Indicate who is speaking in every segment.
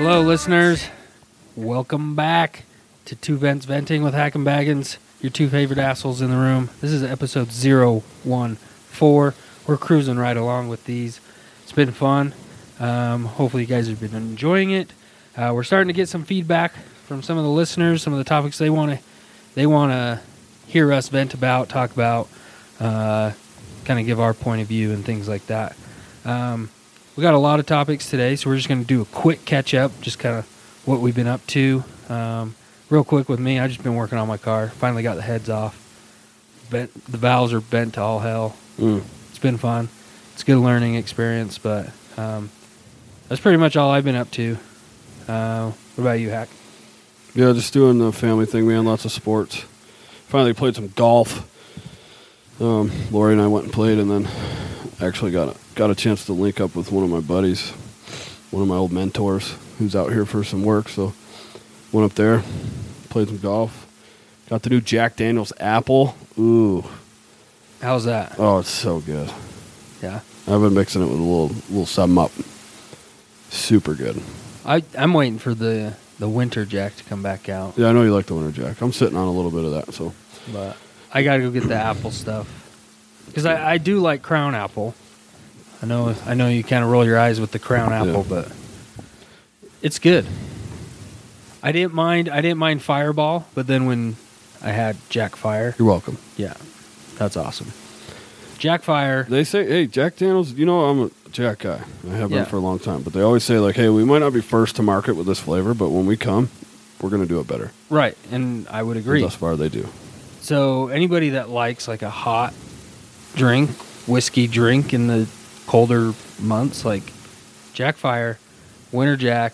Speaker 1: listeners. Welcome back to Two Vents Venting with Hack and Baggins, your two favorite assholes in the room. This is episode 014. We're cruising right along with these. It's been fun. Um, hopefully, you guys have been enjoying it. Uh, we're starting to get some feedback from some of the listeners, some of the topics they want to they want to hear us vent about, talk about, uh, kind of give our point of view and things like that. Um, we got a lot of topics today, so we're just going to do a quick catch up, just kind of what we've been up to. Um, real quick with me, I've just been working on my car. Finally got the heads off. Bent, the valves are bent to all hell.
Speaker 2: Mm.
Speaker 1: It's been fun. It's a good learning experience, but um, that's pretty much all I've been up to. Uh, what about you, Hack?
Speaker 2: Yeah, just doing the family thing, man. Lots of sports. Finally played some golf. Um, Lori and I went and played, and then actually got a, got a chance to link up with one of my buddies, one of my old mentors, who's out here for some work. So went up there, played some golf. Got the new Jack Daniels apple. Ooh,
Speaker 1: How's that?
Speaker 2: oh, it's so good.
Speaker 1: Yeah,
Speaker 2: I've been mixing it with a little little sum up. Super good.
Speaker 1: I I'm waiting for the the winter jack to come back out,
Speaker 2: Yeah, I know you like the winter Jack. I'm sitting on a little bit of that, so.
Speaker 1: but I gotta go get the apple stuff because I, I do like crown apple. I know I know you kind of roll your eyes with the crown apple,
Speaker 2: Yeah.
Speaker 1: but it's good. I didn't mind I didn't mind Fireball, but then when I had Jack Fire,
Speaker 2: You're welcome.
Speaker 1: yeah, that's awesome. Jack Fire,
Speaker 2: They say, hey, Jack Daniels, you know, I'm a Jack guy. I have
Speaker 1: Yeah.
Speaker 2: been for a long time. But they always say, like, hey, we might not be first to market with this flavor, but when we come, we're going to do it better.
Speaker 1: right? And I would
Speaker 2: And
Speaker 1: agree.
Speaker 2: Thus far, they do.
Speaker 1: So anybody that likes like a hot drink, whiskey drink in the colder months, like Jack Fire, Winter Jack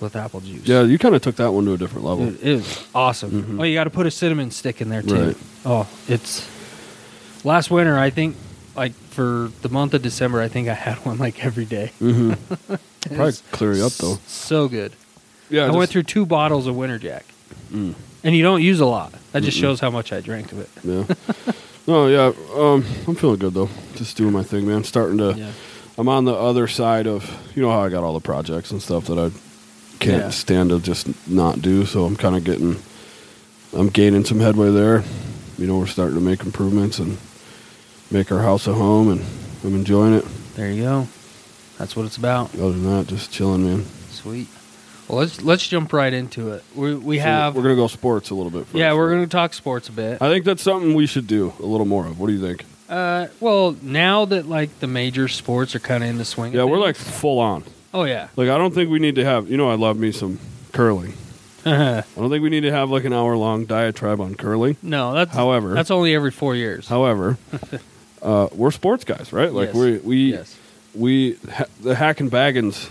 Speaker 1: with apple juice.
Speaker 2: Yeah, you kind of took that one to a different level.
Speaker 1: Dude, it is awesome.
Speaker 2: Mhm.
Speaker 1: Oh, you got to put a cinnamon stick in there too.
Speaker 2: Right.
Speaker 1: Oh, it's last winter. I think like for the month of December, I think I had one like every day.
Speaker 2: hmm
Speaker 1: It
Speaker 2: Probably
Speaker 1: was
Speaker 2: clear you up, though.
Speaker 1: s- So good.
Speaker 2: Yeah,
Speaker 1: I
Speaker 2: just-
Speaker 1: went through two bottles of Winter Jack,
Speaker 2: Mm.
Speaker 1: and you don't use a lot. That just
Speaker 2: Mm-mm.
Speaker 1: shows how much I drank of it.
Speaker 2: Yeah. no, yeah. Um, I'm feeling good, though. Just doing my thing, man. starting to.
Speaker 1: Yeah.
Speaker 2: I'm on the other side of you know how I got all the projects and stuff that I can't
Speaker 1: Yeah.
Speaker 2: stand to just not do. So I'm kind of getting, I'm gaining some headway there. You know, we're starting to make improvements and make our house a home, and I'm enjoying it.
Speaker 1: There you go. That's what it's about.
Speaker 2: Other than that, just chilling, man.
Speaker 1: Sweet. Well, let's let's jump right into it. We we
Speaker 2: So
Speaker 1: have
Speaker 2: We're gonna go sports a little bit. First.
Speaker 1: yeah we're gonna talk sports a bit.
Speaker 2: I think that's something we should do a little more of. What do you think?
Speaker 1: Uh, well, now that like the major sports are kind of in the swing. of
Speaker 2: Yeah, we're
Speaker 1: things-
Speaker 2: like full on.
Speaker 1: oh yeah,
Speaker 2: Like I don't think we need to have. You know, I love me some curling. I don't think we need to have like an hour long diatribe on curling.
Speaker 1: no that's
Speaker 2: However-
Speaker 1: that's only every four years.
Speaker 2: However, uh, we're sports guys, right? Like
Speaker 1: Yes.
Speaker 2: we we
Speaker 1: yes.
Speaker 2: we ha- the hack and baggins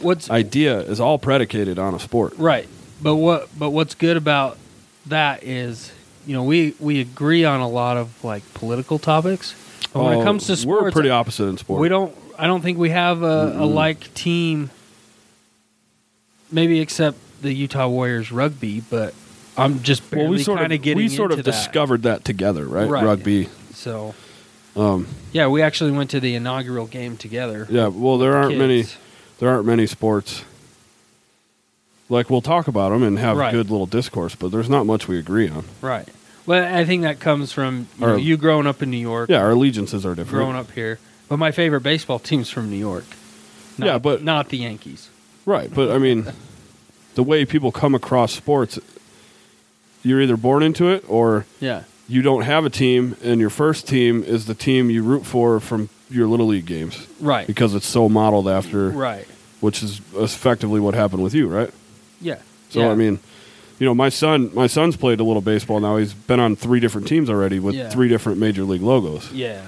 Speaker 1: What's
Speaker 2: idea is all predicated on a sport.
Speaker 1: right? But what but what's good about that is you know we we agree on a lot of like political topics. But when
Speaker 2: Oh,
Speaker 1: it comes to sports,
Speaker 2: we're pretty opposite in sport.
Speaker 1: We don't. I don't think we have a, a like team. Maybe except the Utah Warriors rugby, but I'm just barely
Speaker 2: Well, we sort
Speaker 1: kind
Speaker 2: of
Speaker 1: getting
Speaker 2: we sort
Speaker 1: into
Speaker 2: of
Speaker 1: that.
Speaker 2: discovered that together, right?
Speaker 1: Right.
Speaker 2: Rugby.
Speaker 1: So
Speaker 2: Um,
Speaker 1: yeah, we actually went to the inaugural game together.
Speaker 2: yeah. Well, there aren't
Speaker 1: Kids.
Speaker 2: many. There aren't many sports. Like we'll talk about them and have
Speaker 1: Right.
Speaker 2: good little discourse, but there's not much we agree on.
Speaker 1: Right. Well, I think that comes from you, know,
Speaker 2: Our-
Speaker 1: you growing up in New York,
Speaker 2: Yeah, our allegiances are different.
Speaker 1: growing up here. But my favorite baseball team's from New York. Not,
Speaker 2: Yeah, but-
Speaker 1: not the Yankees.
Speaker 2: Right, but I mean, the way people come across sports, you're either born into it or
Speaker 1: Yeah.
Speaker 2: you don't have a team, and your first team is the team you root for from your little league games
Speaker 1: Right.
Speaker 2: because it's so modeled after,
Speaker 1: right.
Speaker 2: which is effectively what happened with you, right?
Speaker 1: Yeah.
Speaker 2: So
Speaker 1: Yeah.
Speaker 2: I mean, you know, my son, my son's played a little baseball now. He's been on three different teams already with
Speaker 1: Yeah.
Speaker 2: three different major league logos.
Speaker 1: Yeah.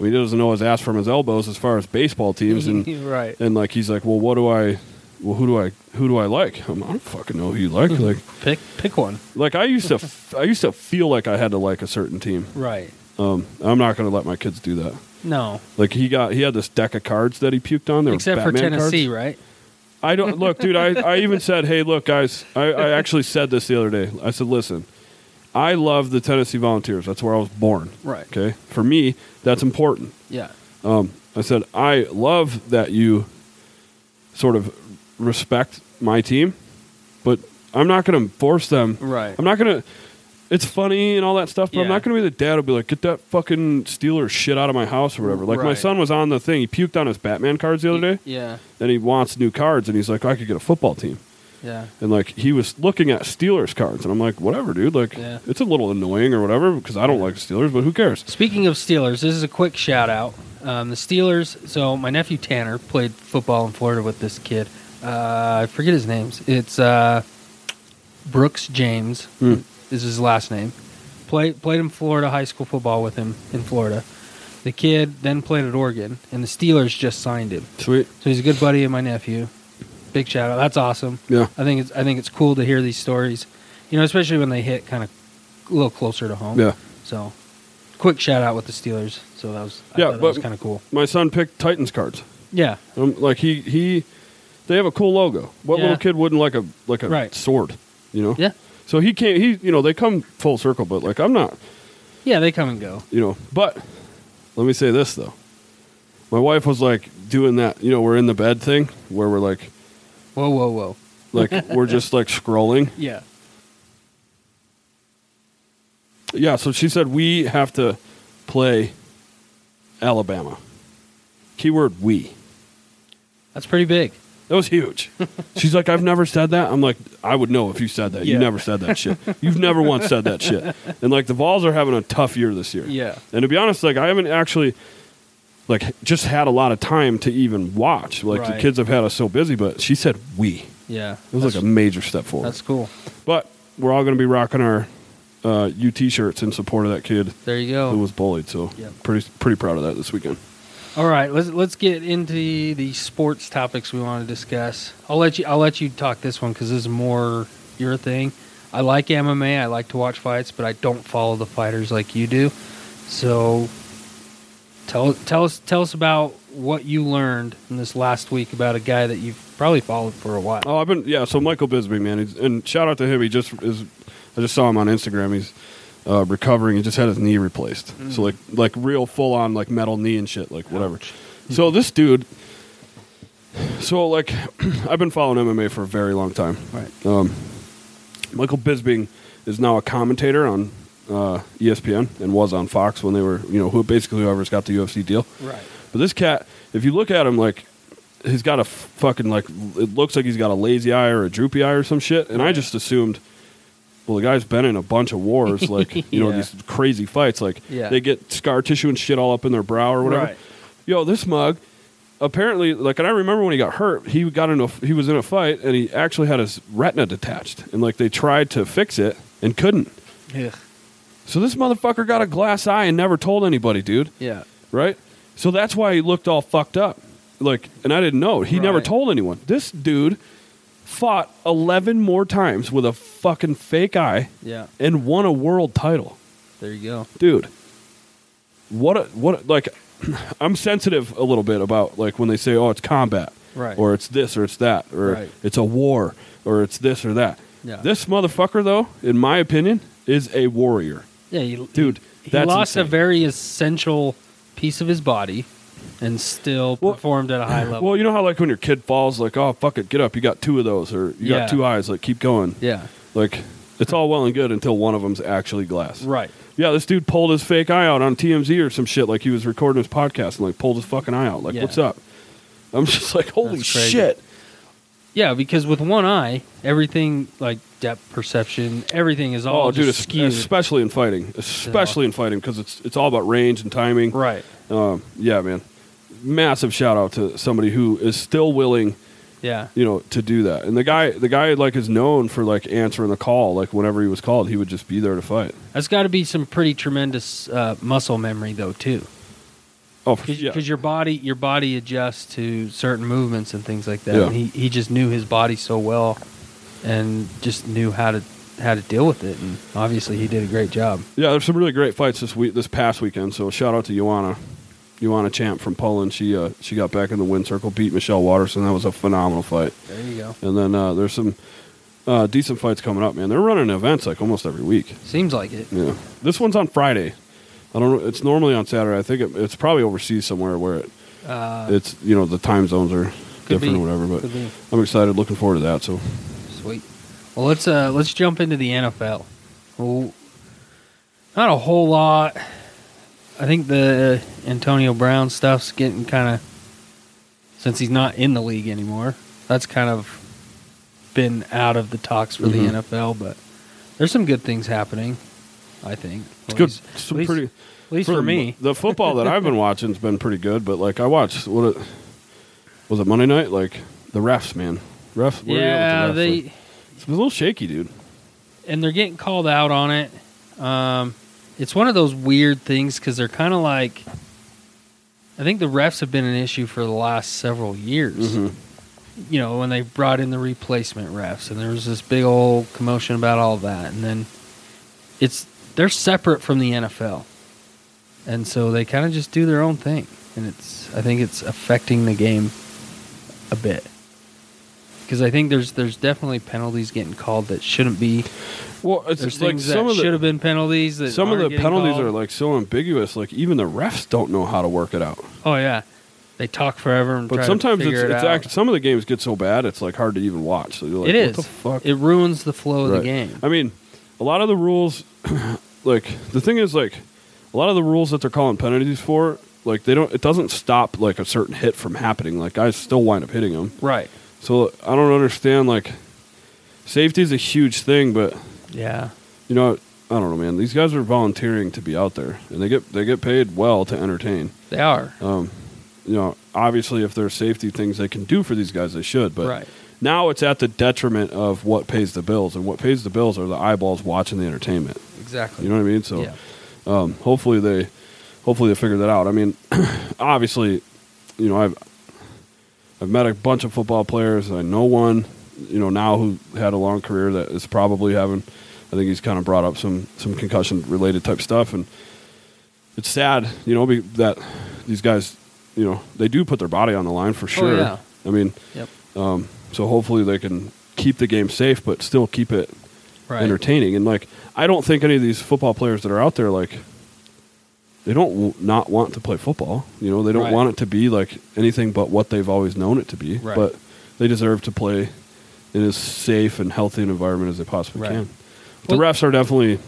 Speaker 2: Well, he doesn't know his ass from his elbows as far as baseball teams, and
Speaker 1: right.
Speaker 2: and like he's like, well, what do I, well, who do I, who do I like? I'm, I don't fucking know who you like. like,
Speaker 1: Pick pick one.
Speaker 2: like I used to, f- I used to feel like I had to like a certain team.
Speaker 1: Right.
Speaker 2: Um, I'm not gonna let my kids do that.
Speaker 1: No,
Speaker 2: Like he got, he had this deck of cards that he puked on. They were
Speaker 1: except for
Speaker 2: Batman
Speaker 1: Tennessee,
Speaker 2: cards.
Speaker 1: right?
Speaker 2: I don't look, dude. I, I even said, hey, look, guys. I, I actually said this the other day. I said, listen, I love the Tennessee Volunteers. That's where I was born.
Speaker 1: Right.
Speaker 2: Okay. For me, that's important.
Speaker 1: Yeah.
Speaker 2: Um, I said, I love that you sort of respect my team, but I'm not going to force them.
Speaker 1: Right.
Speaker 2: I'm not going to. It's funny and all that stuff, but I'm
Speaker 1: Yeah.
Speaker 2: not going to be the dad who'll be like, "Get that fucking Steelers shit out of my house" or whatever. Like my
Speaker 1: Right.
Speaker 2: son was on the thing. He puked on his Batman cards the other day,
Speaker 1: Yeah.
Speaker 2: and he wants new cards, and he's like, "I could get a football team."
Speaker 1: Yeah.
Speaker 2: And like he was looking at Steelers cards, and I'm like, "Whatever, dude. Like,
Speaker 1: Yeah.
Speaker 2: it's a little annoying or whatever because I don't like the Steelers, but who cares?"
Speaker 1: Speaking of Steelers, this is a quick shout out. Um, the Steelers. So my nephew Tanner played football in Florida with this kid. Uh, I forget his names. It's uh, Brooks James.
Speaker 2: Hmm.
Speaker 1: Is his last name. Played played in Florida high school football with him in Florida. The kid then played at Oregon, and the Steelers just signed him.
Speaker 2: Sweet.
Speaker 1: So he's a good buddy of my nephew. Big shout out. That's awesome.
Speaker 2: Yeah.
Speaker 1: I think it's I think it's cool to hear these stories. You know, especially when they hit kind of a little closer to home.
Speaker 2: Yeah.
Speaker 1: So, quick shout out with the Steelers. So that was I
Speaker 2: Yeah,
Speaker 1: yeah, that was
Speaker 2: but-
Speaker 1: kind of cool.
Speaker 2: My son picked Titans cards.
Speaker 1: Yeah.
Speaker 2: Um, like he he, they have a cool logo. What
Speaker 1: Yeah.
Speaker 2: little kid wouldn't like a like a
Speaker 1: Right.
Speaker 2: sword? You know.
Speaker 1: Yeah.
Speaker 2: So he can't. He you know they come full circle, but like I'm not.
Speaker 1: Yeah, they come and go.
Speaker 2: You know. But let me say this though. My wife was like doing that. You know, we're in the bed thing where we're like
Speaker 1: Whoa, whoa, whoa.
Speaker 2: like we're just like scrolling.
Speaker 1: Yeah.
Speaker 2: Yeah. So she said we have to play Alabama. Keyword we.
Speaker 1: That's pretty big.
Speaker 2: That was huge. She's like, I've never said that. I'm like, I would know if you said that. You
Speaker 1: Yeah.
Speaker 2: never said that shit. You've never once said that shit. And like the Vols are having a tough year this year.
Speaker 1: Yeah.
Speaker 2: And to be honest, like I haven't actually like just had a lot of time to even watch. Like the
Speaker 1: Right.
Speaker 2: kids have had us so busy, but she said we.
Speaker 1: Yeah.
Speaker 2: It was
Speaker 1: that's,
Speaker 2: like a major step forward.
Speaker 1: That's cool.
Speaker 2: But we're all gonna be rocking our uh, UT shirts in support of that kid
Speaker 1: There you
Speaker 2: who
Speaker 1: go.
Speaker 2: was bullied. So
Speaker 1: Oh. Yeah.
Speaker 2: pretty pretty proud of that this weekend.
Speaker 1: All right, let's let's get into the, the sports topics we want to discuss. I'll let you I'll let you talk this one cuz this is more your thing. I like MMA. I like to watch fights, but I don't follow the fighters like you do. So tell tell us tell us about what you learned in this last week about a guy that you've probably followed for a while.
Speaker 2: Oh, I've been yeah. So Michael Bisbee, man, he's, and shout out to him. He just is. I just saw him on Instagram. He's uh, recovering. He just had his knee replaced. So like like real full on like metal knee and shit like whatever. So this dude. So like, I've been following MMA for a very long time.
Speaker 1: Right.
Speaker 2: Um, Michael Bisping is now a commentator on uh, ESPN and was on Fox when they were you know who basically whoever's got the UFC deal.
Speaker 1: Right.
Speaker 2: But this cat, if you look at him, like he's got a f- fucking like it looks like he's got a lazy eye or a droopy eye or some shit. And I just assumed, well, the guy's been in a bunch of wars, like you know
Speaker 1: Yeah.
Speaker 2: these crazy fights, like
Speaker 1: Yeah.
Speaker 2: they get scar tissue and shit all up in their brow or whatever.
Speaker 1: Right.
Speaker 2: Yo, this mug. Apparently, like, and I remember when he got hurt, he got in a he was in a fight and he actually had his retina detached, and like they tried to fix it and couldn't.
Speaker 1: Yeah.
Speaker 2: So this motherfucker got a glass eye and never told anybody, dude
Speaker 1: Yeah.
Speaker 2: right? So that's why he looked all fucked up. Like, and I didn't know. He never
Speaker 1: Right.
Speaker 2: told anyone. This dude fought 11 more times with a fucking fake eye
Speaker 1: Yeah.
Speaker 2: and won a world title.
Speaker 1: There you go.
Speaker 2: Dude, what a, what a, like I'm sensitive a little bit about like when they say oh it's combat
Speaker 1: Right.
Speaker 2: or it's this or it's that or
Speaker 1: Right.
Speaker 2: it's a war or it's this or that.
Speaker 1: Yeah.
Speaker 2: This motherfucker though, in my opinion, is a warrior.
Speaker 1: Yeah, you,
Speaker 2: Dude,
Speaker 1: He
Speaker 2: that's
Speaker 1: lost a
Speaker 2: insane.
Speaker 1: very essential piece of his body and still
Speaker 2: Well-
Speaker 1: performed at a high level.
Speaker 2: Well, you know how like when your kid falls, like oh fuck it, get up. You got two of those, or you
Speaker 1: Yeah.
Speaker 2: got two eyes. Like keep going.
Speaker 1: yeah.
Speaker 2: Like it's all well and good until one of them's actually glass.
Speaker 1: Right.
Speaker 2: Yeah, this dude pulled his fake eye out on TMZ or some shit. Like he was recording his podcast and like pulled his fucking eye out. Like
Speaker 1: Yeah.
Speaker 2: what's up? I'm just like holy
Speaker 1: That's crazy.
Speaker 2: shit.
Speaker 1: Yeah, because with one eye, everything like depth perception, everything is all
Speaker 2: oh, dude,
Speaker 1: just
Speaker 2: es-
Speaker 1: skewed.
Speaker 2: especially in fighting, especially in fighting because it's it's all about range and timing.
Speaker 1: right.
Speaker 2: Um, yeah, man. Massive shout out to somebody who is still willing
Speaker 1: Yeah.
Speaker 2: you know to do that and the guy the guy like is known for like answering the call like whenever he was called he would just be there to fight
Speaker 1: That's got to be some pretty tremendous uh, muscle memory though too.
Speaker 2: oh for,
Speaker 1: Cuz
Speaker 2: yeah
Speaker 1: your body your body adjusts to certain movements and things like that.
Speaker 2: Yeah.
Speaker 1: And he he just knew his body so well and just knew how to how to deal with it and obviously he did a great job.
Speaker 2: yeah there's some really great fights this week this past weekend so shout out to Joanna Joanna Champ from Poland she uh, she got back in the win circle beat Michelle Watterson that was a phenomenal fight
Speaker 1: There you go.
Speaker 2: and then uh, there's some uh, decent fights coming up man they're running events like almost every week
Speaker 1: Seems like it.
Speaker 2: yeah this one's on Friday I don't know it's normally on Saturday I think it, it's probably overseas somewhere where it
Speaker 1: Uh,
Speaker 2: it's you know the time zones are
Speaker 1: Could
Speaker 2: different
Speaker 1: be.
Speaker 2: or whatever. But
Speaker 1: Could be.
Speaker 2: I'm excited, looking forward to that. So
Speaker 1: Sweet. Well, let's uh let's jump into the NFL. Well, not a whole lot. I think the Antonio Brown stuff's getting kind of since he's not in the league anymore. That's kind of been out of the talks for
Speaker 2: Mhm.
Speaker 1: the NFL, but there's some good things happening. I think
Speaker 2: it's
Speaker 1: At
Speaker 2: good.
Speaker 1: least-
Speaker 2: Some
Speaker 1: at least-
Speaker 2: pretty.
Speaker 1: at least for,
Speaker 2: the-
Speaker 1: me.
Speaker 2: the football that I've been watching's been pretty good. But like I watched what it was it Monday night? Like the refs, man. Refs. Where
Speaker 1: yeah,
Speaker 2: are you at with the refs?
Speaker 1: they
Speaker 2: Like, it's a little shaky, dude.
Speaker 1: and they're getting called out on it. Um, it's one of those weird things because they're kind of like, I think the refs have been an issue for the last several years.
Speaker 2: Mhm.
Speaker 1: You know, when they brought in the replacement refs, and there was this big old commotion about all that, and then it's they're separate from the NFL, and so they kind of just do their own thing, and it's I think it's affecting the game a bit because I think there's there's definitely penalties getting called that shouldn't be.
Speaker 2: Well, it's
Speaker 1: There's
Speaker 2: like
Speaker 1: things
Speaker 2: some
Speaker 1: that
Speaker 2: of the
Speaker 1: should have been penalties. That
Speaker 2: some of
Speaker 1: aren't
Speaker 2: the
Speaker 1: getting
Speaker 2: penalties
Speaker 1: called.
Speaker 2: are like so ambiguous. Like even the refs don't know how to work it out.
Speaker 1: oh yeah, they talk forever and
Speaker 2: But
Speaker 1: try
Speaker 2: sometimes
Speaker 1: to
Speaker 2: it's,
Speaker 1: figure
Speaker 2: it's
Speaker 1: it out.
Speaker 2: act, some of the games get so bad it's like hard to even watch. So you're like,
Speaker 1: it
Speaker 2: what
Speaker 1: is.
Speaker 2: the fuck?
Speaker 1: It ruins the flow of
Speaker 2: Right.
Speaker 1: the game.
Speaker 2: I mean, a lot of the rules, like the thing is, like a lot of the rules that they're calling penalties for, like they don't. It doesn't stop like a certain hit from happening. Like guys still wind up hitting them.
Speaker 1: right.
Speaker 2: So I don't understand. Like safety is a huge thing, but
Speaker 1: Yeah.
Speaker 2: you know, I don't know, man. These guys are volunteering to be out there, and they get they get paid well to entertain.
Speaker 1: They are.
Speaker 2: Um, you know, obviously, if there's safety things they can do for these guys, they should. But
Speaker 1: right.
Speaker 2: now it's at the detriment of what pays the bills, and what pays the bills are the eyeballs watching the entertainment.
Speaker 1: Exactly.
Speaker 2: You know what I mean? So
Speaker 1: yeah.
Speaker 2: um, hopefully they hopefully they figure that out. I mean, obviously, you know I've I've met a bunch of football players. I know one, you know now who had a long career that is probably having. I think he's kind of brought up some some concussion related type stuff, and it's sad, you know, be, that these guys, you know, they do put their body on the line for sure.
Speaker 1: Oh, yeah.
Speaker 2: I mean,
Speaker 1: Yep.
Speaker 2: um, so hopefully they can keep the game safe, but still keep it
Speaker 1: Right.
Speaker 2: entertaining. And like, I don't think any of these football players that are out there like they don't w- not want to play football. You know, they don't
Speaker 1: Right.
Speaker 2: want it to be like anything but what they've always known it to be.
Speaker 1: Right.
Speaker 2: But they deserve to play in as safe and healthy an environment as they possibly
Speaker 1: Right.
Speaker 2: can. But
Speaker 1: Well-
Speaker 2: the refs are definitely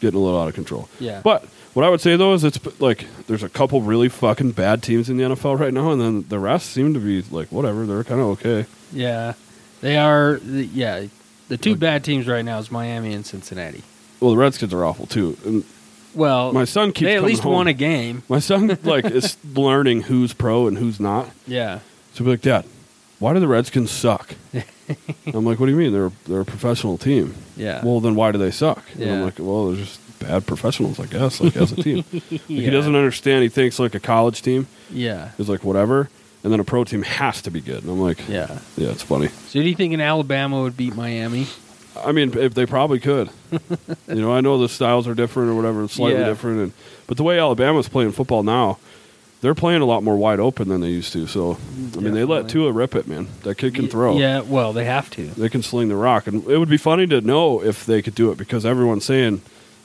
Speaker 2: getting a little out of control.
Speaker 1: Yeah.
Speaker 2: But what I would say though is it's like there's a couple really fucking bad teams in the NFL right now, and then the refs seem to be like whatever. They're kind of okay.
Speaker 1: Yeah. They are. th- Yeah. The two
Speaker 2: Like-
Speaker 1: bad teams right now is Miami and Cincinnati.
Speaker 2: Well, the Redskins are awful too. And
Speaker 1: Well,
Speaker 2: my son keeps
Speaker 1: they at
Speaker 2: coming
Speaker 1: least
Speaker 2: home.
Speaker 1: won a game.
Speaker 2: My son like is learning who's pro and who's not.
Speaker 1: Yeah.
Speaker 2: So he'll be like, Dad, why do the Redskins suck? I'm like, What do you mean? They're they're a professional team.
Speaker 1: Yeah.
Speaker 2: Well, then why do they suck? And I'm
Speaker 1: Yeah.
Speaker 2: like, Well, they're just bad professionals, I guess. Like as a team, like, he
Speaker 1: Yeah.
Speaker 2: doesn't understand. He thinks like a college team
Speaker 1: yeah.
Speaker 2: is like whatever, and then a pro team has to be good. And I'm like,
Speaker 1: Yeah.
Speaker 2: yeah, it's funny.
Speaker 1: So do you think an Alabama would beat Miami?
Speaker 2: I mean, if they probably could. you know, I know the styles are different or whatever, it's slightly
Speaker 1: Yeah.
Speaker 2: different, and but the way Alabama's playing football now, they're playing a lot more wide open than they used to. So, I mean, they let
Speaker 1: Definitely.
Speaker 2: Tua rip it, man. That kid can
Speaker 1: Y-
Speaker 2: throw.
Speaker 1: Yeah, well, they have to.
Speaker 2: They can sling the rock, and it would be funny to know if they could do it because everyone's saying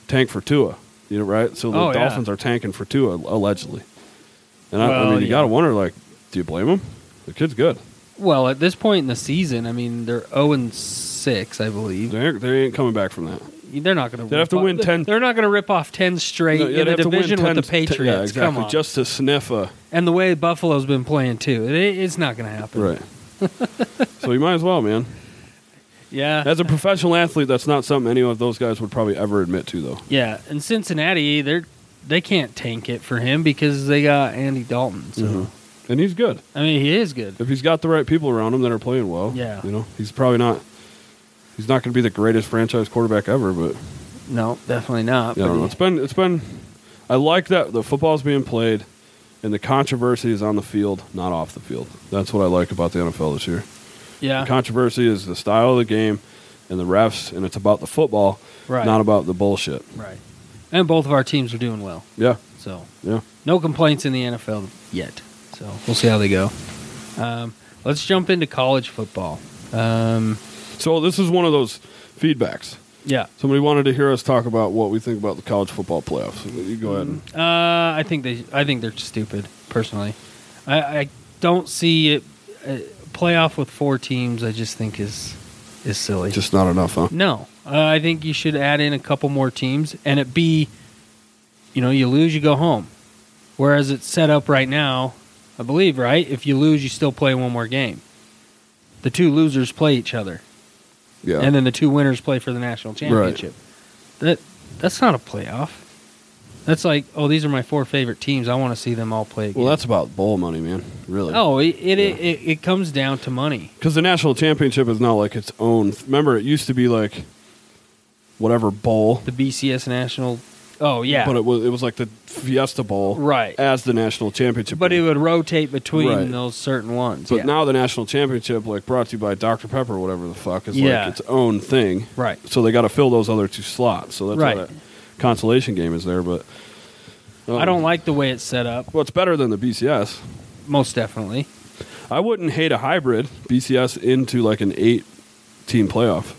Speaker 2: tank for Tua, you know, right? So the
Speaker 1: Oh, yeah.
Speaker 2: Dolphins are tanking for Tua allegedly, and I, I
Speaker 1: Well,
Speaker 2: mean, you
Speaker 1: yeah.
Speaker 2: gotta wonder, like, do you blame them? The kid's good.
Speaker 1: Well, at this point in the season, I mean, they're 0 and 6, I believe.
Speaker 2: They ain't, they ain't coming back from that.
Speaker 1: They're not going to
Speaker 2: They'd have to win 10
Speaker 1: They're not going to rip off 10 straight
Speaker 2: No,
Speaker 1: in
Speaker 2: they'd
Speaker 1: a
Speaker 2: have to win
Speaker 1: division with
Speaker 2: 10
Speaker 1: the
Speaker 2: t-
Speaker 1: Patriots.
Speaker 2: yeah, exactly.
Speaker 1: Come on.
Speaker 2: Just to sniff a
Speaker 1: and the way Buffalo's been playing, too. It, it's not going to happen.
Speaker 2: Right. so you might as well, man.
Speaker 1: Yeah.
Speaker 2: As a professional athlete, that's not something any of those guys would probably ever admit to, though.
Speaker 1: yeah. And Cincinnati, they're. They can't tank it for him because they got Andy Dalton. So
Speaker 2: Mhm. And he's good
Speaker 1: I mean, he is good.
Speaker 2: if he's got the right people around him that are playing well.
Speaker 1: Yeah.
Speaker 2: you know, he's probably not. He's not going to be the greatest franchise quarterback ever, but
Speaker 1: No, definitely not.
Speaker 2: yeah,
Speaker 1: but
Speaker 2: I don't know.
Speaker 1: he-
Speaker 2: It's been it's been. I like that the football's being played, and the controversy is on the field, not off the field. That's what I like about the NFL this year.
Speaker 1: yeah,
Speaker 2: The controversy is the style of the game, and the refs, and it's about the football,
Speaker 1: right,
Speaker 2: not about the bullshit.
Speaker 1: right. And both of our teams are doing well.
Speaker 2: Yeah,
Speaker 1: So
Speaker 2: yeah.
Speaker 1: No complaints in the NFL yet. So we'll see how they go. Um, let's jump into college football. Um,
Speaker 2: So this is one of those feedbacks.
Speaker 1: yeah.
Speaker 2: Somebody wanted to hear us talk about what we think about the college football playoffs. You go ahead. And,
Speaker 1: Uh, I think they. I think they're stupid. Personally, I, I don't see it uh, playoff with four teams, I just think is is silly.
Speaker 2: Just not enough, huh?
Speaker 1: No, uh, I think you should add in a couple more teams, and it be, you know, you lose, you go home. Whereas it's set up right now, I believe, right? If you lose, you still play one more game. The two losers play each other,
Speaker 2: Yeah.
Speaker 1: and then the two winners play for the national championship. That that's not a playoff. That's like, oh, these are my four favorite teams. I want to see them all play. Again.
Speaker 2: well, that's about bowl money, man. Really.
Speaker 1: oh, it it,
Speaker 2: Yeah.
Speaker 1: it it it comes down to money.
Speaker 2: Because the national championship is now like its own. Remember, it used to be like whatever bowl,
Speaker 1: The BCS national. Oh yeah,
Speaker 2: but it was it was like the Fiesta Bowl
Speaker 1: right.
Speaker 2: as the national championship.
Speaker 1: But it
Speaker 2: game.
Speaker 1: would rotate between
Speaker 2: Right.
Speaker 1: those certain ones.
Speaker 2: but
Speaker 1: yeah.
Speaker 2: now the national championship, like brought to you by Dr Pepper, or whatever the fuck, is
Speaker 1: Yeah.
Speaker 2: like its own thing.
Speaker 1: right.
Speaker 2: So they got to fill those other two slots. So that's
Speaker 1: Right.
Speaker 2: why that consolation game is there. But um,
Speaker 1: I don't like the way it's set up.
Speaker 2: Well, it's better than the BCS.
Speaker 1: Most definitely.
Speaker 2: I wouldn't hate a hybrid BCS into like an eight-team playoff.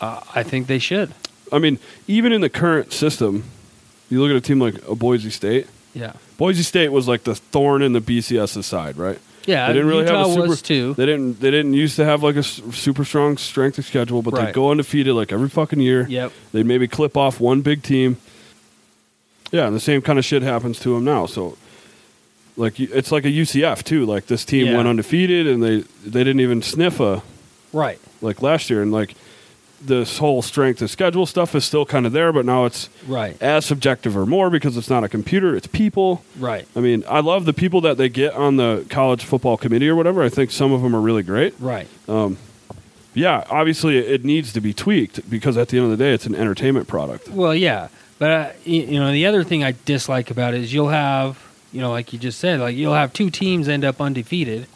Speaker 1: Uh, I think they should.
Speaker 2: I mean, even in the current system, you look at a team like a Boise State.
Speaker 1: Yeah.
Speaker 2: Boise State was like the thorn in the BCS's side, right?
Speaker 1: Yeah.
Speaker 2: They didn't really
Speaker 1: Utah
Speaker 2: have a super.
Speaker 1: was too.
Speaker 2: They didn't. They didn't used to have like a s- super strong strength of schedule, but they
Speaker 1: Right.
Speaker 2: go undefeated like every fucking year.
Speaker 1: Yep.
Speaker 2: They maybe clip off one big team. Yeah, and the same kind of shit happens to them now. So, like, you- it's like a UCF too. Like this team
Speaker 1: Yeah.
Speaker 2: went undefeated, and they they didn't even sniff a
Speaker 1: Right.
Speaker 2: like last year, and like this whole strength of schedule stuff is still kind of there, but now it's
Speaker 1: Right.
Speaker 2: as subjective or more because it's not a computer, it's people.
Speaker 1: Right.
Speaker 2: I mean, I love the people that they get on the college football committee or whatever. I think some of them are really great.
Speaker 1: Right.
Speaker 2: Yeah, obviously it needs to be tweaked because at the end of the day, it's an entertainment product.
Speaker 1: Well, yeah. But uh, y- you know, the other thing I dislike about it is you'll have, you know, like you just said, like you'll have two teams end up undefeated,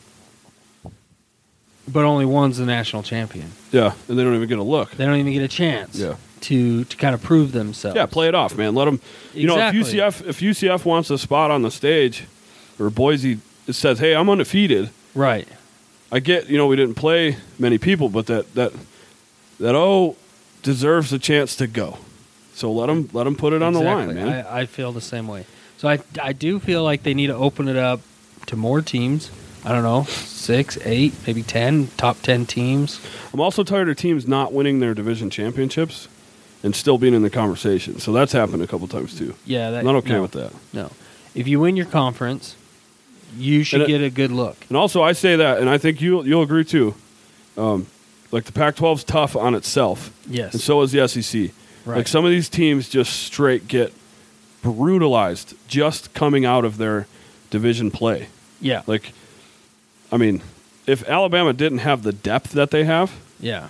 Speaker 1: but only one's the national champion.
Speaker 2: Yeah, and they don't even get a look.
Speaker 1: They don't even get a chance.
Speaker 2: Yeah.
Speaker 1: To to kind of prove themselves.
Speaker 2: Yeah, play it off, man. Let them. You
Speaker 1: Exactly.
Speaker 2: know, if UCF if UCF wants a spot on the stage, or Boise says, "Hey, I'm undefeated."
Speaker 1: Right.
Speaker 2: I get, you know, we didn't play many people, but that that that O deserves a chance to go. So let him let him put it on the line,
Speaker 1: Exactly.
Speaker 2: man.
Speaker 1: I, I feel the same way. So I, I do feel like they need to open it up to more teams. I don't know, six, eight, maybe ten, top ten teams.
Speaker 2: I'm also tired of teams not winning their division championships and still being in the conversation. So that's happened a couple times too.
Speaker 1: Yeah, that,
Speaker 2: Not okay
Speaker 1: no,
Speaker 2: with that.
Speaker 1: No, if you win your conference, you should
Speaker 2: And it-
Speaker 1: get a good look.
Speaker 2: And also, I say that, and I think you you'll agree too. Um, like the Pac-12 is tough on itself,
Speaker 1: Yes,
Speaker 2: and so is the SEC.
Speaker 1: right,
Speaker 2: Like some of these teams just straight get brutalized just coming out of their division play.
Speaker 1: yeah,
Speaker 2: Like, I mean, if Alabama didn't have the depth that they have,
Speaker 1: yeah,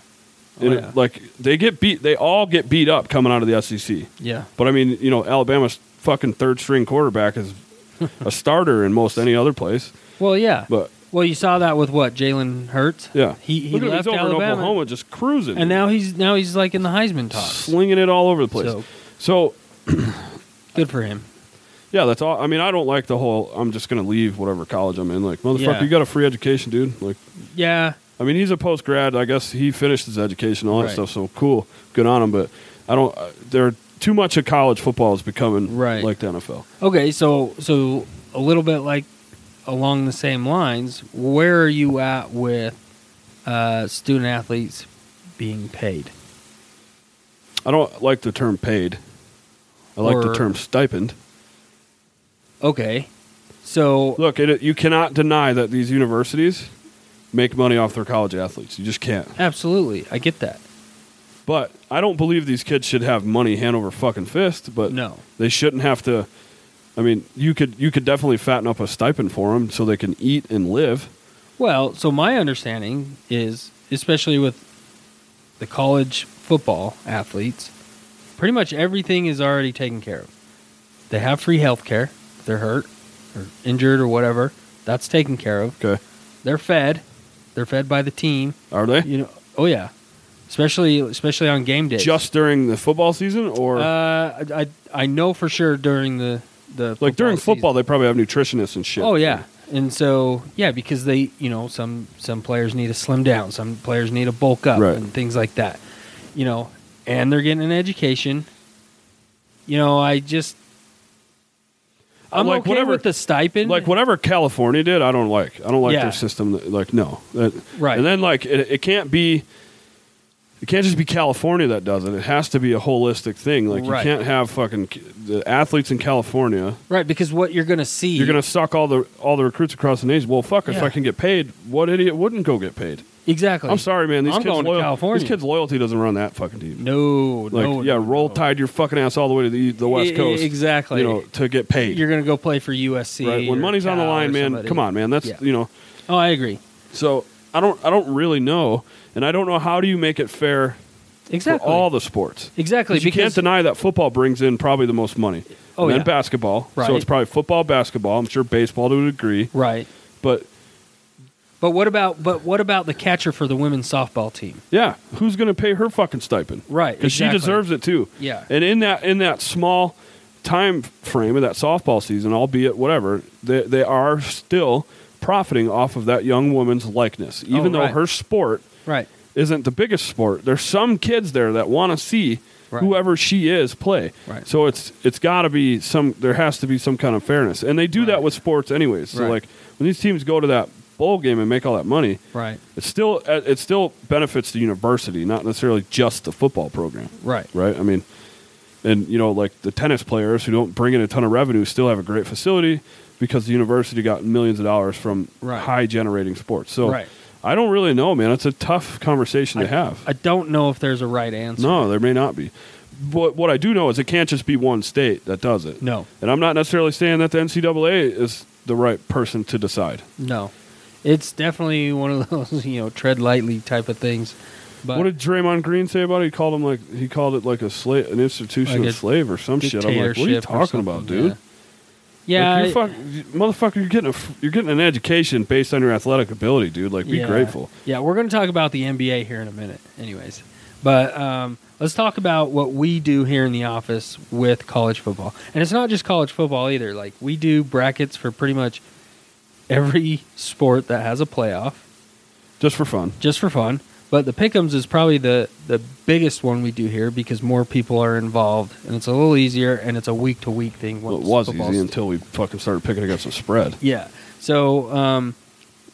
Speaker 2: it-
Speaker 1: Oh, yeah.
Speaker 2: like they get beat, they all get beat up coming out of the SEC.
Speaker 1: yeah,
Speaker 2: But I mean, you know, Alabama's fucking third string quarterback is a starter in most any other place.
Speaker 1: well, yeah,
Speaker 2: But
Speaker 1: well, you saw that with what Jalen Hurts.
Speaker 2: yeah,
Speaker 1: he he
Speaker 2: Look at him,
Speaker 1: left
Speaker 2: he's over in
Speaker 1: Alabama,
Speaker 2: Oklahoma just cruising
Speaker 1: and now he's now he's like in the Heisman talks.
Speaker 2: slinging it all over the place.
Speaker 1: So
Speaker 2: so
Speaker 1: good for him.
Speaker 2: Yeah, that's all. I mean, I don't like the whole. I'm just gonna leave whatever college I'm in. Like, motherfucker,
Speaker 1: Yeah.
Speaker 2: you got a free education, dude. Like,
Speaker 1: Yeah,
Speaker 2: I mean, he's a post grad. I guess he finished his education, all that
Speaker 1: Right.
Speaker 2: stuff. So cool, good on him. But I don't. Uh, there too much of college football is becoming
Speaker 1: Right.
Speaker 2: like the NFL.
Speaker 1: Okay, so so a little bit like along the same lines, where are you at with uh, student athletes being paid?
Speaker 2: I don't like the term paid. I like the
Speaker 1: Or-
Speaker 2: term stipend.
Speaker 1: Okay, so
Speaker 2: Look, it, you cannot deny that these universities make money off their college athletes. You just can't.
Speaker 1: absolutely, I get that.
Speaker 2: But I don't believe these kids should have money hand over fucking fist. But
Speaker 1: No,
Speaker 2: they shouldn't have to i mean you could you could definitely fatten up a stipend for them so they can eat and live
Speaker 1: well, so my understanding is, especially with the college football athletes, pretty much everything is already taken care of. They have free health care. They're hurt or injured or whatever. That's taken care of.
Speaker 2: okay
Speaker 1: They're fed. They're fed by the team.
Speaker 2: are they
Speaker 1: You know, oh yeah, especially especially on game days.
Speaker 2: just during the football season or
Speaker 1: uh, I I- I know for sure during the the
Speaker 2: like during
Speaker 1: season.
Speaker 2: football they probably have nutritionists and shit
Speaker 1: Oh yeah, and so yeah, because they you know some some players need to slim down, some players need to bulk up,
Speaker 2: Right.
Speaker 1: and things like that. You know, and they're getting an education. You know, I just I'm
Speaker 2: like
Speaker 1: okay
Speaker 2: whatever,
Speaker 1: with the stipend.
Speaker 2: like whatever California did. I don't like. I don't like
Speaker 1: Yeah.
Speaker 2: their system. that- Like no, That-
Speaker 1: Right.
Speaker 2: And then like it, it can't be. It can't just be California that does it. It has to be a holistic thing. Like
Speaker 1: Right.
Speaker 2: you can't have fucking c- the athletes in California.
Speaker 1: right? Because what you're gonna see,
Speaker 2: You're gonna suck all the all the recruits across the nation. Well, fuck, if
Speaker 1: Yeah.
Speaker 2: I can get paid, what idiot wouldn't go get paid?
Speaker 1: exactly.
Speaker 2: I'm sorry, man. These
Speaker 1: I'm
Speaker 2: kids
Speaker 1: going to
Speaker 2: loyal-
Speaker 1: California.
Speaker 2: These kids' loyalty doesn't run that fucking deep.
Speaker 1: No,
Speaker 2: Like,
Speaker 1: no,
Speaker 2: yeah,
Speaker 1: no,
Speaker 2: roll
Speaker 1: no.
Speaker 2: tide your fucking ass all the way to the, the
Speaker 1: E-
Speaker 2: West
Speaker 1: e-
Speaker 2: Coast.
Speaker 1: exactly.
Speaker 2: You know, to get paid.
Speaker 1: you're gonna go play for USC.
Speaker 2: right? When
Speaker 1: or
Speaker 2: money's on the
Speaker 1: Cal or
Speaker 2: line, man,
Speaker 1: somebody.
Speaker 2: come on, man. That's,
Speaker 1: Yeah.
Speaker 2: you know,
Speaker 1: Oh, I agree.
Speaker 2: so I don't, I don't really know. And I don't know how do you make it fair
Speaker 1: Exactly.
Speaker 2: for all the sports.
Speaker 1: exactly.
Speaker 2: 'Cause you can't
Speaker 1: Because
Speaker 2: deny that football brings in probably the most money.
Speaker 1: Oh,
Speaker 2: and then
Speaker 1: yeah.
Speaker 2: basketball.
Speaker 1: Right.
Speaker 2: So it's probably football, basketball. I'm sure baseball to a degree.
Speaker 1: right.
Speaker 2: But
Speaker 1: But what about but what about the catcher for the women's softball team?
Speaker 2: yeah, who's going to pay her fucking stipend?
Speaker 1: Right.
Speaker 2: Because
Speaker 1: exactly.
Speaker 2: she deserves it too.
Speaker 1: Yeah.
Speaker 2: And in that in that small time frame of that softball season, albeit whatever, they they are still profiting off of that young woman's likeness, even though
Speaker 1: Oh, right.
Speaker 2: her sport
Speaker 1: Right.
Speaker 2: isn't the biggest sport. There's some kids there that want to see
Speaker 1: Right.
Speaker 2: whoever she is play.
Speaker 1: Right.
Speaker 2: So it's it's got to be some. There has to be some kind of fairness, and they do that with sports anyways. So
Speaker 1: Right.
Speaker 2: like when these teams go to that bowl game and make all that money.
Speaker 1: Right.
Speaker 2: It still it still benefits the university, not necessarily just the football program
Speaker 1: Right.
Speaker 2: right? I mean, and you know, like the tennis players who don't bring in a ton of revenue still have a great facility because the university got millions of dollars from
Speaker 1: Right.
Speaker 2: high generating sports. So
Speaker 1: Right.
Speaker 2: I don't really know, man. It's a tough conversation to have.
Speaker 1: I don't know if there's a right answer.
Speaker 2: no, there may not be. But what I do know is it can't just be one state that does it.
Speaker 1: No.
Speaker 2: And I'm not necessarily saying that the NCAA is the right person to decide.
Speaker 1: No. It's definitely one of those, you know, tread lightly type of things. But
Speaker 2: what did Draymond Green say about it? He called him like he called it like a slave, an institution
Speaker 1: Like a
Speaker 2: of slave or some shit. I'm like, what are you
Speaker 1: dictatorship or
Speaker 2: talking about,
Speaker 1: something,
Speaker 2: dude?
Speaker 1: Yeah.
Speaker 2: Like,
Speaker 1: Yeah,
Speaker 2: you're
Speaker 1: I-
Speaker 2: fuck, motherfucker, you're getting a f you're getting an education based on your athletic ability, dude. Like, be
Speaker 1: yeah.
Speaker 2: grateful.
Speaker 1: Yeah, we're going to talk about the NBA here in a minute, anyways. But um, let's talk about what we do here in the office with college football. And it's not just college football either. Like, we do brackets for pretty much every sport that has a playoff
Speaker 2: Just for fun.
Speaker 1: just for fun. But the pick'ems is probably the, the biggest one we do here because more people are involved and it's a little easier and it's a week to week thing.
Speaker 2: Well, it
Speaker 1: once
Speaker 2: was
Speaker 1: football's-
Speaker 2: easy until we fucking started picking against the spread.
Speaker 1: yeah. So um,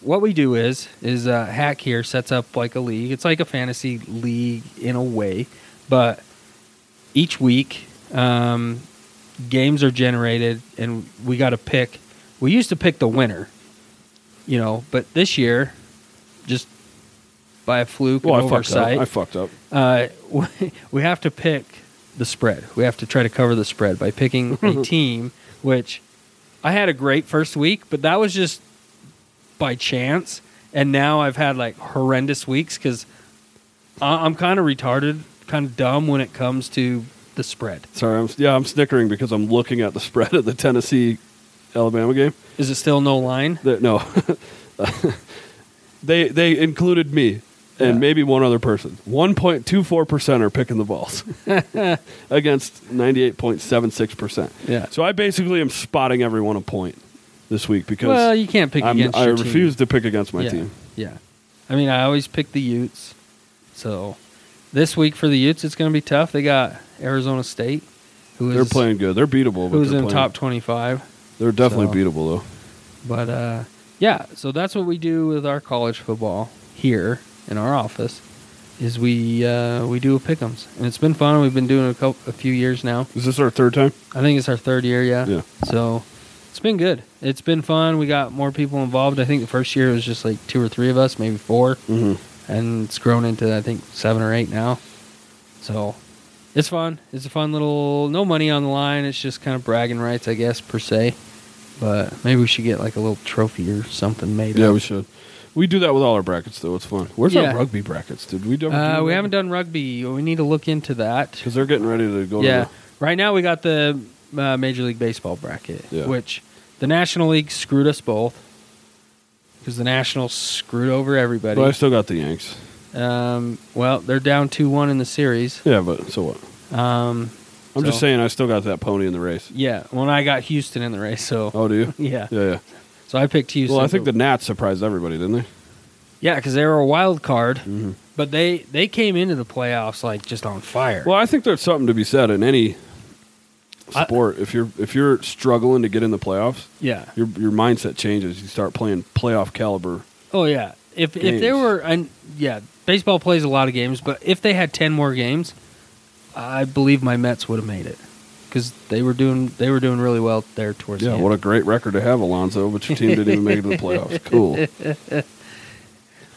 Speaker 1: what we do is is uh, Hack here sets up like a league. It's like a fantasy league in a way, but each week um, games are generated and we got to pick. We used to pick the winner, you know, but this year, just by a fluke
Speaker 2: Well, I
Speaker 1: and
Speaker 2: fucked
Speaker 1: oversight,
Speaker 2: up. I fucked up.
Speaker 1: uh, we- we have to pick the spread. We have to try to cover the spread by picking a team, which I had a great first week, but that was just by chance. And now I've had like horrendous weeks because I'm kind of retarded, kind of dumb when it comes to the spread.
Speaker 2: Sorry, I'm yeah, I'm snickering because I'm looking at the spread of the Tennessee Alabama game.
Speaker 1: Is it still no line?
Speaker 2: The- no, they they included me and
Speaker 1: Yeah.
Speaker 2: maybe one other person. One point two four percent are picking the balls against ninety eight point seven six percent.
Speaker 1: Yeah.
Speaker 2: So I basically am spotting everyone a point this week because
Speaker 1: Well, you can't pick
Speaker 2: I'm-
Speaker 1: against.
Speaker 2: I
Speaker 1: your team.
Speaker 2: refuse to pick against my
Speaker 1: yeah,
Speaker 2: team.
Speaker 1: Yeah. I mean, I always pick the Utes. So this week for the Utes, it's going to be tough. They got Arizona State, who is
Speaker 2: They're playing good. They're beatable. But
Speaker 1: who's
Speaker 2: they're
Speaker 1: in
Speaker 2: playing-
Speaker 1: top 25.
Speaker 2: They're definitely
Speaker 1: so.
Speaker 2: beatable though.
Speaker 1: But uh, yeah, so that's what we do with our college football here in our office. Is we uh, we do pickums, and it's been fun. We've been doing it a couple, a few years now.
Speaker 2: Is this our third time?
Speaker 1: I think it's our third year, yeah.
Speaker 2: Yeah.
Speaker 1: So it's been good. It's been fun. We got more people involved. I think the first year was just like two or three of us, maybe four.
Speaker 2: Mm-hmm.
Speaker 1: and it's grown into I think seven or eight now. So it's fun. It's a fun little no money on the line. It's just kind of bragging rights, I guess per se. But maybe we should get like a little trophy or something. Maybe.
Speaker 2: Yeah, we should. We do that with all our brackets though. It's fun. Where's
Speaker 1: Yeah.
Speaker 2: our rugby brackets? Did we? Ever
Speaker 1: uh,
Speaker 2: do
Speaker 1: we haven't done rugby. We need to look into that.
Speaker 2: because they're getting ready to go.
Speaker 1: Yeah.
Speaker 2: To
Speaker 1: Right now we got the uh, Major League Baseball bracket,
Speaker 2: Yeah.
Speaker 1: which the National League screwed us both because the Nationals screwed over
Speaker 2: the,
Speaker 1: everybody.
Speaker 2: but I still got the Yanks.
Speaker 1: Um, well, they're down two one in the series.
Speaker 2: Yeah, but so what?
Speaker 1: Um,
Speaker 2: I'm just
Speaker 1: so-
Speaker 2: saying I still got that pony in the race.
Speaker 1: Yeah, when I got Houston in the race, so
Speaker 2: Oh, do you?
Speaker 1: yeah.
Speaker 2: Yeah, yeah.
Speaker 1: So I picked Houston.
Speaker 2: Well, I think the
Speaker 1: but-
Speaker 2: Nats surprised everybody, didn't they?
Speaker 1: yeah, because they were a wild card,
Speaker 2: Mhm.
Speaker 1: but they they came into the playoffs like just on fire.
Speaker 2: Well, I think there's something to be said in any
Speaker 1: I-
Speaker 2: sport. if you're if you're struggling to get in the playoffs,
Speaker 1: Yeah.
Speaker 2: your your mindset changes. You start playing playoff caliber.
Speaker 1: Oh yeah. If if there
Speaker 2: Games.
Speaker 1: were and yeah, baseball plays a lot of games, but if they had 10 more games, I believe my Mets would have made it cuz they were doing they were doing really well there towards
Speaker 2: Yeah,
Speaker 1: the end.
Speaker 2: what a great record to have, Alonzo. But your team didn't even make it to the playoffs. Cool. It's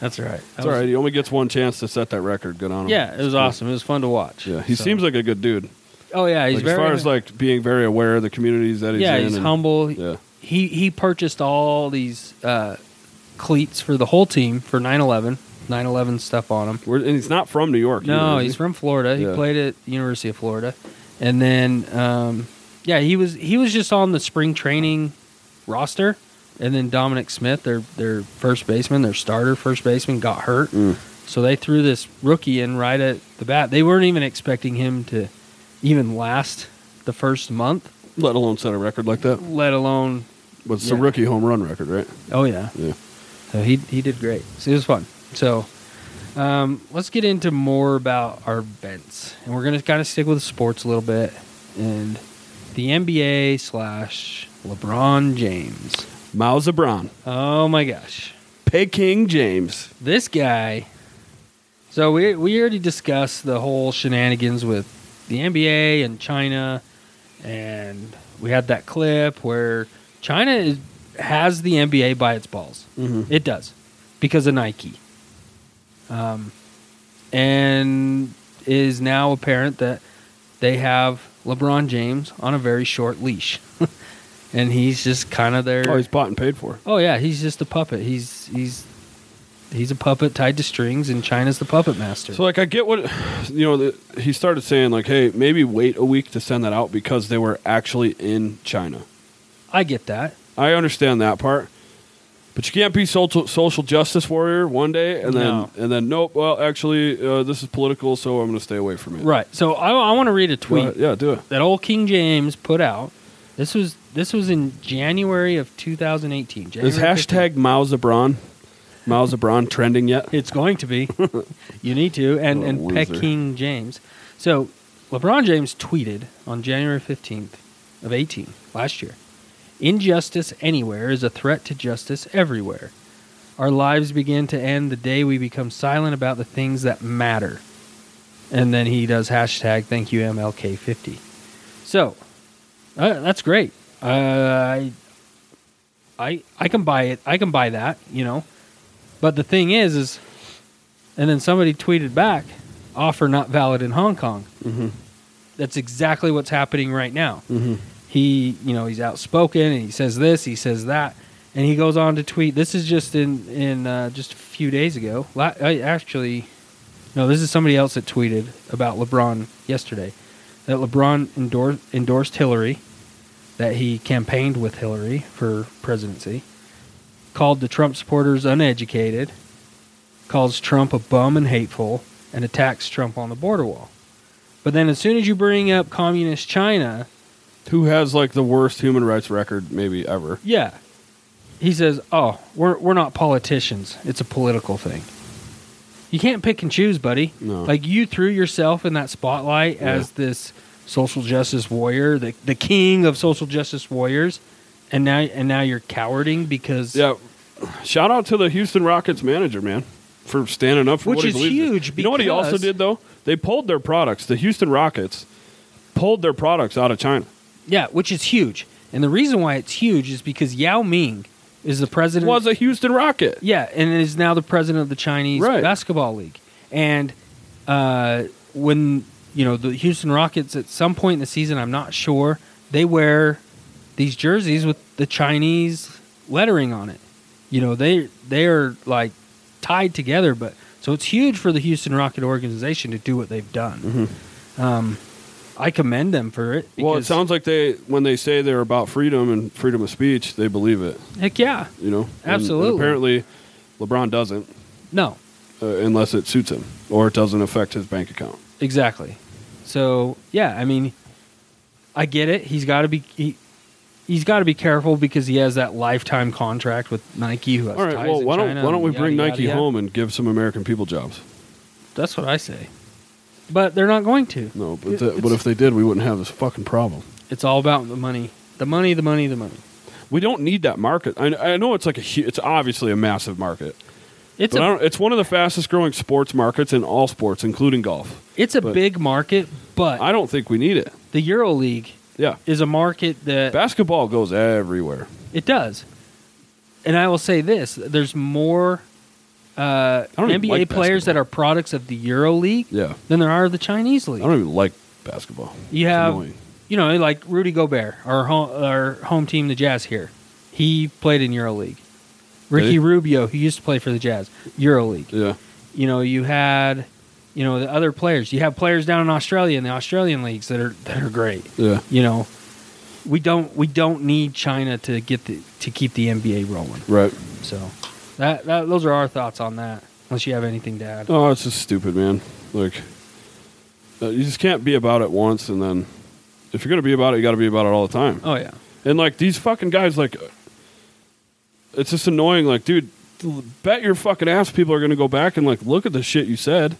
Speaker 1: That's all right. That
Speaker 2: all
Speaker 1: was-
Speaker 2: right. He only gets one chance to set that record. Good on him.
Speaker 1: Yeah, it was
Speaker 2: Cool.
Speaker 1: awesome. It was fun to watch.
Speaker 2: Yeah, he
Speaker 1: So-
Speaker 2: seems like a good dude.
Speaker 1: Oh yeah, he's
Speaker 2: Like,
Speaker 1: very
Speaker 2: as far as like being very aware of the communities that he's
Speaker 1: Yeah,
Speaker 2: in.
Speaker 1: he's
Speaker 2: and-
Speaker 1: humble.
Speaker 2: Yeah,
Speaker 1: he he purchased all these uh, cleats for the whole team for 9/11, 9/11 stuff on him.
Speaker 2: Where, and he's not from New York.
Speaker 1: No,
Speaker 2: either, is
Speaker 1: he's
Speaker 2: he?
Speaker 1: from Florida. He
Speaker 2: Yeah.
Speaker 1: played at University of Florida, and then um, yeah, he was he was just on the spring training roster, and then Dominic Smith, their their first baseman, their starter first baseman, got hurt,
Speaker 2: Mm.
Speaker 1: so they threw this rookie in right at the bat. They weren't even expecting him to even last the first month,
Speaker 2: Let alone set a record like that.
Speaker 1: let alone
Speaker 2: But it's
Speaker 1: Yeah.
Speaker 2: the rookie home run record, right?
Speaker 1: oh yeah,
Speaker 2: Yeah.
Speaker 1: So he he did great. So it was fun. So um, let's get into more about our events, and we're gonna kind of stick with sports a little bit and the NBA slash LeBron James.
Speaker 2: Mao Zebron,
Speaker 1: Oh my gosh,
Speaker 2: Peking James.
Speaker 1: this guy. So we we already discussed the whole shenanigans with the NBA and China, and we had that clip where China is, has the NBA by its balls.
Speaker 2: Mm-hmm.
Speaker 1: It does because of Nike. Um, and it is now apparent that they have LeBron James on a very short leash, and he's just kind of there.
Speaker 2: Oh, he's bought and paid for.
Speaker 1: Oh, yeah, he's just a puppet. He's he's he's a puppet tied to strings, and China's the puppet master.
Speaker 2: So like I get what you know. The, he started saying like, "Hey, maybe wait a week to send that out because they were actually in China."
Speaker 1: I get that.
Speaker 2: I understand that part, but you can't be social social justice warrior one day and then
Speaker 1: No.
Speaker 2: and then nope. Well, actually, uh, this is political, so I'm going to stay away from it.
Speaker 1: Right. So I, I want to read a
Speaker 2: Go
Speaker 1: tweet.
Speaker 2: ahead. Yeah, do it.
Speaker 1: that old King James put out. This was this was in January of 2018. January
Speaker 2: Is hashtag Mao Zebron, Mao Zebron trending yet?
Speaker 1: It's going to be. you need to. And,
Speaker 2: What a
Speaker 1: and
Speaker 2: loser.
Speaker 1: Peking James. So LeBron James tweeted on January 15th of 18, last year Injustice anywhere is a threat to justice everywhere. Our lives begin to end the day we become silent about the things that matter. And then he does hashtag thank you MLK50. So uh, that's great. Uh, I, I, I can buy it. I can buy that, you know. But the thing is, is, and then somebody tweeted back, offer not valid in Hong Kong.
Speaker 2: Mm-hmm.
Speaker 1: That's exactly what's happening right now.
Speaker 2: Mm-hmm.
Speaker 1: He, you know, he's outspoken and he says this, he says that, and he goes on to tweet. This is just in in uh, just a few days ago. La- I actually, no, this is somebody else that tweeted about LeBron yesterday that LeBron endor- endorsed Hillary, that he campaigned with Hillary for presidency, called the Trump supporters uneducated, calls Trump a bum and hateful, and attacks Trump on the border wall. But then, as soon as you bring up communist China,
Speaker 2: Who has like the worst human rights record maybe ever?
Speaker 1: Yeah. He says, "Oh, we're we're not politicians. It's a political thing." You can't pick and choose, buddy.
Speaker 2: No.
Speaker 1: Like you threw yourself in that spotlight
Speaker 2: Yeah.
Speaker 1: as this social justice warrior, the the king of social justice warriors, and now and now you're cowarding because
Speaker 2: Yeah. Shout out to the Houston Rockets manager, man, for standing up for
Speaker 1: Which
Speaker 2: what he
Speaker 1: is
Speaker 2: believes in.
Speaker 1: huge
Speaker 2: You know what he also
Speaker 1: because-
Speaker 2: did though? They pulled their products. The Houston Rockets pulled their products out of China.
Speaker 1: yeah, which is huge. And the reason why it's huge is because Yao Ming is the president
Speaker 2: Was a Houston Rocket.
Speaker 1: Yeah, and is now the president of the Chinese
Speaker 2: Right.
Speaker 1: basketball league. And uh, when you know the Houston Rockets at some point in the season, I'm not sure they wear these jerseys with the Chinese lettering on it. You know they they are like tied together, but so it's huge for the Houston Rocket organization to do what they've done. Um, I commend them for it.
Speaker 2: Mm-hmm. well, it
Speaker 1: because-
Speaker 2: sounds like they when they say they're about freedom and freedom of speech, they believe it.
Speaker 1: heck yeah,
Speaker 2: You know, And- and
Speaker 1: Absolutely.
Speaker 2: apparently, LeBron doesn't
Speaker 1: no,
Speaker 2: uh, unless it suits him or it doesn't affect his bank account.
Speaker 1: Exactly. So yeah, I mean, I get it. He's got to be he, he's got to be careful because he has that lifetime contract with Nike. Who has
Speaker 2: All right.
Speaker 1: ties
Speaker 2: Well,
Speaker 1: in
Speaker 2: why don't
Speaker 1: China
Speaker 2: why don't
Speaker 1: and
Speaker 2: we
Speaker 1: yada,
Speaker 2: bring
Speaker 1: yada,
Speaker 2: Nike
Speaker 1: yada.
Speaker 2: home and give some American people jobs?
Speaker 1: That's what I say. But they're not going to.
Speaker 2: No,
Speaker 1: It-
Speaker 2: but, the,
Speaker 1: it's-
Speaker 2: but if they did, we wouldn't have this fucking problem.
Speaker 1: It's all about the money. The money, the money, the money.
Speaker 2: We don't need that market. I, I know it's like a hu- it's obviously a massive market.
Speaker 1: It's
Speaker 2: but I
Speaker 1: a
Speaker 2: don't, it's one of the fastest growing sports markets in all sports, including golf.
Speaker 1: it's a
Speaker 2: but-
Speaker 1: big market, but
Speaker 2: I don't think we need it.
Speaker 1: the Euro League
Speaker 2: Yeah.
Speaker 1: is a market that
Speaker 2: Basketball goes everywhere.
Speaker 1: it does. And I will say this: there's more uh,
Speaker 2: I don't even
Speaker 1: NBA players
Speaker 2: like basketball.
Speaker 1: that are products of the Euro League
Speaker 2: Yeah.
Speaker 1: than there are of the Chinese
Speaker 2: I
Speaker 1: league.
Speaker 2: don't even like basketball.
Speaker 1: You
Speaker 2: It's
Speaker 1: have
Speaker 2: annoying.
Speaker 1: you know, like Rudy Gobert, our home, our home team, the Jazz here. He played in EuroLeague.
Speaker 2: Did
Speaker 1: Ricky
Speaker 2: he?
Speaker 1: Rubio, who used to play for the Jazz, EuroLeague.
Speaker 2: Yeah.
Speaker 1: You know, you had, you know, the other players. You have players down in Australia in the Australian leagues that are that are great.
Speaker 2: Yeah.
Speaker 1: You know, we don't we don't need China to get the to keep the NBA rolling.
Speaker 2: Right.
Speaker 1: So, that, that those are our thoughts on that. Unless you have anything to add.
Speaker 2: Oh, it's just stupid, man. Like, uh, you just can't be about it once, and then if you're gonna be about it, you got to be about it all the time.
Speaker 1: Oh yeah,
Speaker 2: And like these fucking guys, like, uh, it's just annoying. Like, dude, l- bet your fucking ass people are gonna go back and like look at the shit you said.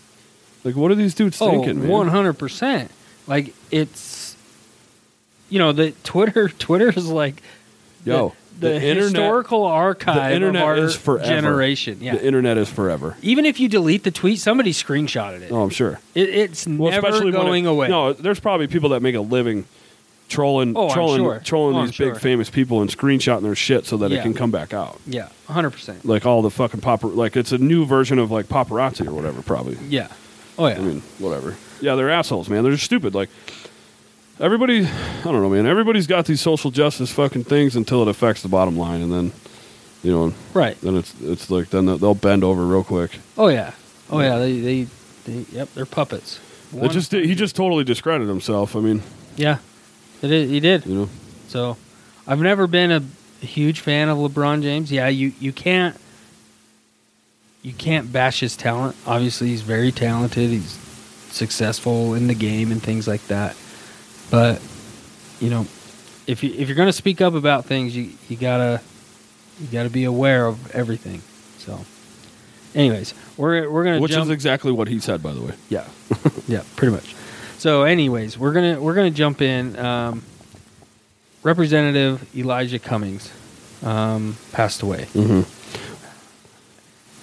Speaker 2: Like, what are these dudes thinking, man?
Speaker 1: Oh, One hundred percent. Like it's, you know, the Twitter. Twitter is like
Speaker 2: Yo,
Speaker 1: the, the,
Speaker 2: the internet-
Speaker 1: historical archive
Speaker 2: the internet
Speaker 1: of our
Speaker 2: is forever.
Speaker 1: generation. Yeah.
Speaker 2: The internet is forever.
Speaker 1: Even if you delete the tweet, somebody screenshotted it.
Speaker 2: Oh, I'm sure.
Speaker 1: it it's
Speaker 2: Well,
Speaker 1: never
Speaker 2: especially when it-
Speaker 1: going away.
Speaker 2: No, there's probably people that make a living trolling,
Speaker 1: Oh, I'm
Speaker 2: trolling,
Speaker 1: sure.
Speaker 2: trolling
Speaker 1: Oh, I'm
Speaker 2: these
Speaker 1: sure.
Speaker 2: big famous people and screenshotting their shit so that
Speaker 1: Yeah.
Speaker 2: it can come back out.
Speaker 1: Yeah, hundred percent.
Speaker 2: Like all the fucking papar, like it's a new version of like paparazzi or whatever. Probably.
Speaker 1: Yeah. Oh yeah.
Speaker 2: I mean, whatever. Yeah, they're assholes, man. They're just stupid. Like everybody, I don't know, man. Everybody's got these social justice fucking things until it affects the bottom line, and then, you know,
Speaker 1: right.
Speaker 2: then it's it's like then they'll- they'll bend over real quick.
Speaker 1: Oh yeah. Oh yeah. They they, they yep. They're puppets.
Speaker 2: It just he just totally discredited himself. I mean,
Speaker 1: yeah. It, i- he did.
Speaker 2: you know.
Speaker 1: So, I've never been a huge fan of LeBron James. Yeah, you you can't you can't bash his talent. Obviously, he's very talented. He's successful in the game and things like that. But you know, if you if you're going to speak up about things, you you gotta you gotta be aware of everything. So, anyways, we're we're gonna
Speaker 2: Which
Speaker 1: jump.
Speaker 2: is exactly what he said, by the way.
Speaker 1: Yeah, yeah, pretty much. So, anyways, we're gonna we're gonna jump in. Um, Representative Elijah Cummings um, passed away.
Speaker 2: Mm-hmm.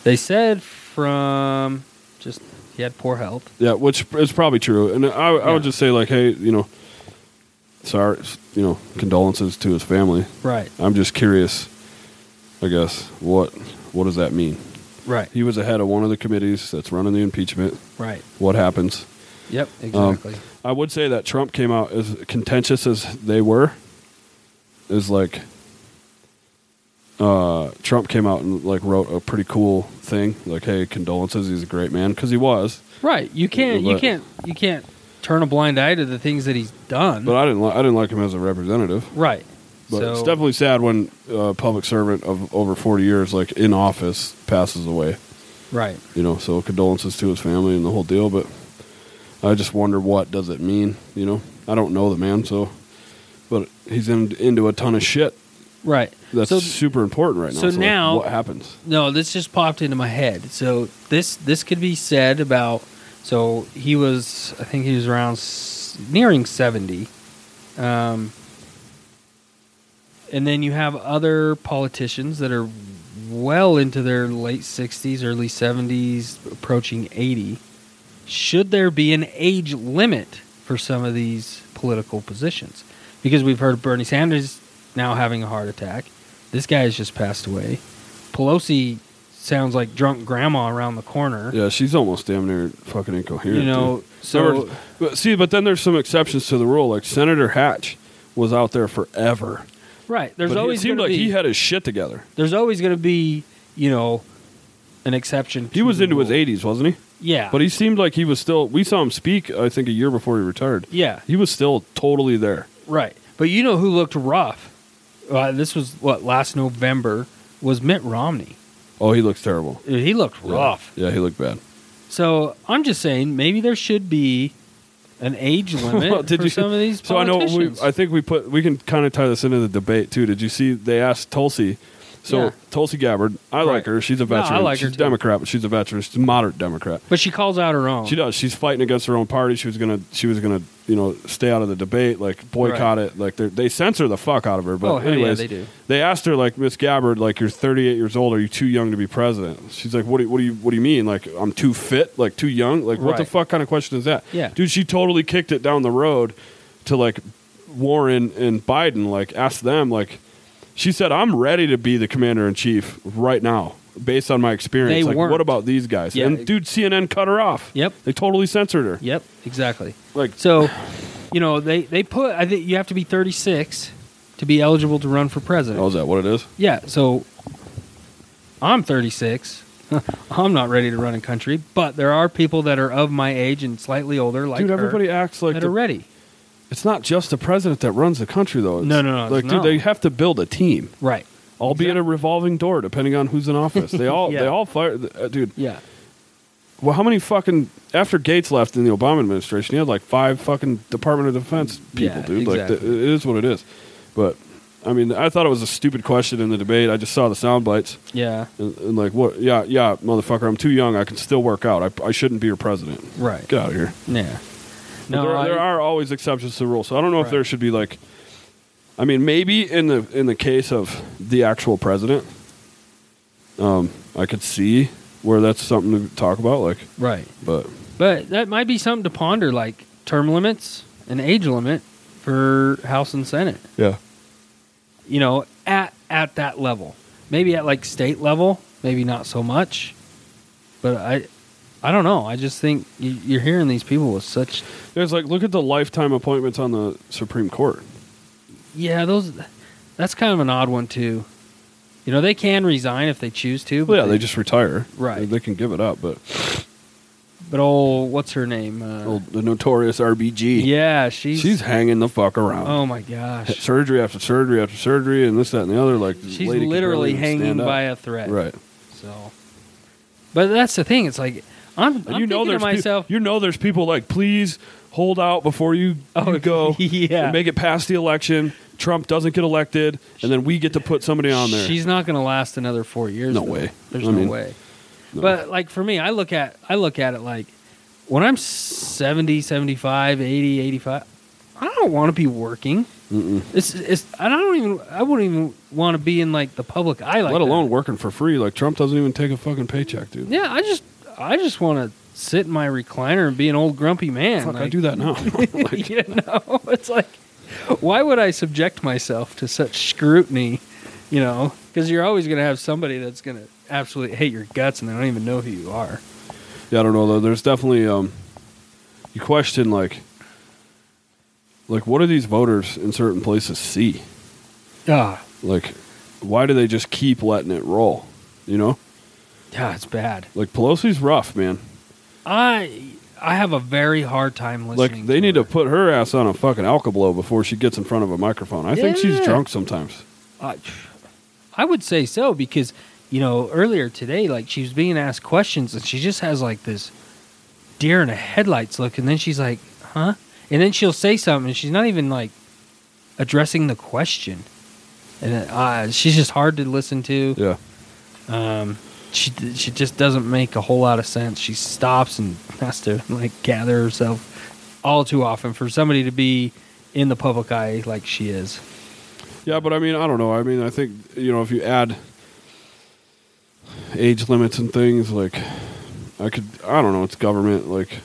Speaker 1: They said from just he had poor health.
Speaker 2: Yeah, which is probably true. And I, I
Speaker 1: Yeah.
Speaker 2: would just say, like, hey, you know, sorry, you know, condolences to his family.
Speaker 1: Right,
Speaker 2: I'm just curious, I guess, what what does that mean?
Speaker 1: right,
Speaker 2: He was ahead of one of the committees that's running the impeachment.
Speaker 1: right. Um,
Speaker 2: What happens?
Speaker 1: Yep, exactly.
Speaker 2: I would say that Trump came out as contentious as they were. Is like, uh, Trump came out and like wrote a pretty cool thing, like, "Hey, condolences. He's a great man because he was."
Speaker 1: right, you can't you
Speaker 2: But-
Speaker 1: can't you can't turn a blind eye to the things that he's done.
Speaker 2: But I didn't. Li- I didn't like him as a representative.
Speaker 1: right.
Speaker 2: But
Speaker 1: so
Speaker 2: it's definitely sad when a public servant of over forty years, like in office, passes away.
Speaker 1: right.
Speaker 2: You know, so condolences to his family and the whole deal. But I just wonder what does it mean. You know, I don't know the man, so but he's in, into a ton of shit
Speaker 1: Right.
Speaker 2: that's
Speaker 1: so
Speaker 2: super important right now.
Speaker 1: so
Speaker 2: like,
Speaker 1: now-
Speaker 2: what happens?
Speaker 1: No, this just popped into my head. So this this could be said about. So he was, I think he was around s- nearing seventy, um, and then you have other politicians that are well into their late sixties, early seventies, approaching eighty. Should there be an age limit for some of these political positions? Because we've heard Bernie Sanders now having a heart attack. This guy has just passed away. Pelosi sounds like drunk grandma around the corner.
Speaker 2: Yeah, she's almost damn near fucking incoherent.
Speaker 1: you know,
Speaker 2: dude.
Speaker 1: so
Speaker 2: Remember- but see, but then there's some exceptions to the rule. Like Senator Hatch was out there forever.
Speaker 1: right. There's
Speaker 2: But he-
Speaker 1: always
Speaker 2: it seemed
Speaker 1: gonna
Speaker 2: like
Speaker 1: be,
Speaker 2: he had his shit together.
Speaker 1: There's always going to be you know an exception.
Speaker 2: He was into his
Speaker 1: eight.
Speaker 2: 80s, wasn't he?
Speaker 1: Yeah,
Speaker 2: But he seemed like he was still. We saw him speak, I think, a year before he retired.
Speaker 1: yeah,
Speaker 2: He was still totally there.
Speaker 1: right. But you know who looked rough? Uh, this was what last November was Mitt Romney.
Speaker 2: Oh, he looks terrible.
Speaker 1: Uh, He looked rough.
Speaker 2: Yeah, he looked bad.
Speaker 1: So I'm just saying, maybe there should be an age limit
Speaker 2: Well, did
Speaker 1: for
Speaker 2: you-
Speaker 1: some of these
Speaker 2: So I know. We,
Speaker 1: politicians.
Speaker 2: I think we put. We can kind of tie this into the debate too. Did you see? They asked Tulsi So
Speaker 1: Yeah.
Speaker 2: Tulsi Gabbard, I like
Speaker 1: Right.
Speaker 2: her. She's a
Speaker 1: No, I
Speaker 2: veteran.
Speaker 1: like
Speaker 2: she's
Speaker 1: her,
Speaker 2: a
Speaker 1: too.
Speaker 2: Democrat, but she's a veteran. She's a moderate Democrat.
Speaker 1: But she calls out her own.
Speaker 2: She does. She's fighting against her own party. She was gonna. She was gonna. You know, stay out of the debate. Like boycott it. Like they're- they censor the fuck out of her. But
Speaker 1: Oh, hell yeah,
Speaker 2: anyways,
Speaker 1: they do.
Speaker 2: They asked her like Miss Gabbard, like you're 38 years old. Are you too young to be president? She's like, what do you, what do you what do you mean? Like I'm too fit? Like too young? Like what the
Speaker 1: Right.
Speaker 2: fuck kind of question is that?
Speaker 1: Yeah.
Speaker 2: dude. She totally kicked it down the road to like Warren and Biden. Like ask them. Like she said, I'm ready to be the commander in chief right now. Based on my experience,
Speaker 1: They
Speaker 2: like what
Speaker 1: weren't.
Speaker 2: about these guys?
Speaker 1: Yeah.
Speaker 2: And dude, CNN cut her off.
Speaker 1: Yep.
Speaker 2: They totally censored her.
Speaker 1: Yep, exactly.
Speaker 2: Like,
Speaker 1: So, you know, they, they put, I think you have to be 36 to be eligible to run for president.
Speaker 2: oh, is that what it is?
Speaker 1: Yeah, so I'm 36. I'm not ready to run a country, but there are people that are of my age and slightly older, like
Speaker 2: dude,
Speaker 1: her,
Speaker 2: everybody acts like
Speaker 1: that
Speaker 2: the-
Speaker 1: are ready.
Speaker 2: it's not just the president that runs the country, though. It's-
Speaker 1: No, no, no,
Speaker 2: Like,
Speaker 1: it's
Speaker 2: dude,
Speaker 1: not.
Speaker 2: they have to build a team,
Speaker 1: Right.
Speaker 2: albeit a revolving door, depending on who's in office. They all,
Speaker 1: Yeah.
Speaker 2: they all fire, uh, dude.
Speaker 1: Yeah.
Speaker 2: Well, how many fucking after Gates left in the Obama administration, he had like five fucking Department of Defense people,
Speaker 1: Yeah,
Speaker 2: dude. Like, th-
Speaker 1: exactly.
Speaker 2: it is what it is. But I mean, I thought it was a stupid question in the debate. I just saw the sound bites.
Speaker 1: Yeah.
Speaker 2: And, and like, what? Yeah, yeah, motherfucker. I'm too young. I can still work out. I, I shouldn't be your president.
Speaker 1: Right.
Speaker 2: Get out of here.
Speaker 1: Yeah.
Speaker 2: But there,
Speaker 1: I-
Speaker 2: there are always exceptions to the rule, so I don't know if
Speaker 1: Right.
Speaker 2: there should be like, I mean, maybe in the in the case of the actual president, um, I could see where that's something to talk about, like,
Speaker 1: Right.
Speaker 2: but
Speaker 1: But that might be something to ponder, like term limits and age limit for House and Senate.
Speaker 2: yeah,
Speaker 1: You know, at at that level, maybe at like state level, maybe not so much. But I, I don't know. I just think you, you're hearing these people with such.
Speaker 2: there's like, look at the lifetime appointments on the Supreme Court.
Speaker 1: Yeah, those. That's kind of an odd one too. You know, they can resign if they choose to. But
Speaker 2: Well, yeah, they just retire,
Speaker 1: Right.
Speaker 2: They, they can give it up, but
Speaker 1: But oh, what's her name? Uh,
Speaker 2: oh, the notorious RBG,
Speaker 1: yeah, she's.
Speaker 2: she's, hanging the fuck around.
Speaker 1: oh my gosh,
Speaker 2: Surgery after surgery after surgery, and this, that, and the other. Like,
Speaker 1: she's literally hanging by a thread.
Speaker 2: right.
Speaker 1: So, but that's the thing. It's like I'm.
Speaker 2: And
Speaker 1: I'm
Speaker 2: you know
Speaker 1: thinking
Speaker 2: there's
Speaker 1: to
Speaker 2: peo-
Speaker 1: myself.
Speaker 2: you know there's people like please hold out before you, you go
Speaker 1: Oh, yeah.
Speaker 2: and make it past the election. Trump doesn't get elected, and then we get to put somebody on there.
Speaker 1: She's not going to last another four years.
Speaker 2: No
Speaker 1: though.
Speaker 2: way.
Speaker 1: There's
Speaker 2: I
Speaker 1: no
Speaker 2: mean,
Speaker 1: way.
Speaker 2: No.
Speaker 1: But like for me, I look at I look at it like when I'm 70, 75, 80, 85, I don't want to be working.
Speaker 2: Mm-mm.
Speaker 1: It's it's I don't even I wouldn't even want to be in like the public eye like
Speaker 2: let
Speaker 1: that.
Speaker 2: alone working for free, like Trump doesn't even take a fucking paycheck, dude.
Speaker 1: Yeah, I just I just want to sit in my recliner and be an old grumpy man.
Speaker 2: Fuck, I
Speaker 1: Like,
Speaker 2: do that now. Like,
Speaker 1: you know, it's like, why would I subject myself to such scrutiny? You know, because you're always going to have somebody that's going to absolutely hate your guts and they don't even know who you are.
Speaker 2: yeah, I don't know though. There's definitely um, you question like, like what do these voters in certain places see?
Speaker 1: Ah,
Speaker 2: Like, why do they just keep letting it roll? You know,
Speaker 1: yeah, Ah, it's bad.
Speaker 2: like Pelosi's rough, man.
Speaker 1: I I have a very hard time listening.
Speaker 2: Like they
Speaker 1: to
Speaker 2: need
Speaker 1: her.
Speaker 2: to put her ass on a fucking alcablow before she gets in front of a microphone. I think she's
Speaker 1: Yeah.
Speaker 2: drunk sometimes.
Speaker 1: I, I would say so because you know earlier today, like she was being asked questions and she just has like this deer in the headlights look, and then she's like, "Huh?" And then she'll say something, and she's not even like addressing the question, and then, uh, she's just hard to listen to.
Speaker 2: Yeah,
Speaker 1: Um, she she just doesn't make a whole lot of sense. She stops and has to like gather herself all too often for somebody to be in the public eye like she is.
Speaker 2: yeah, but I mean, I don't know. I mean, I think you know if you add age limits and things, like I could, I don't know. It's government, like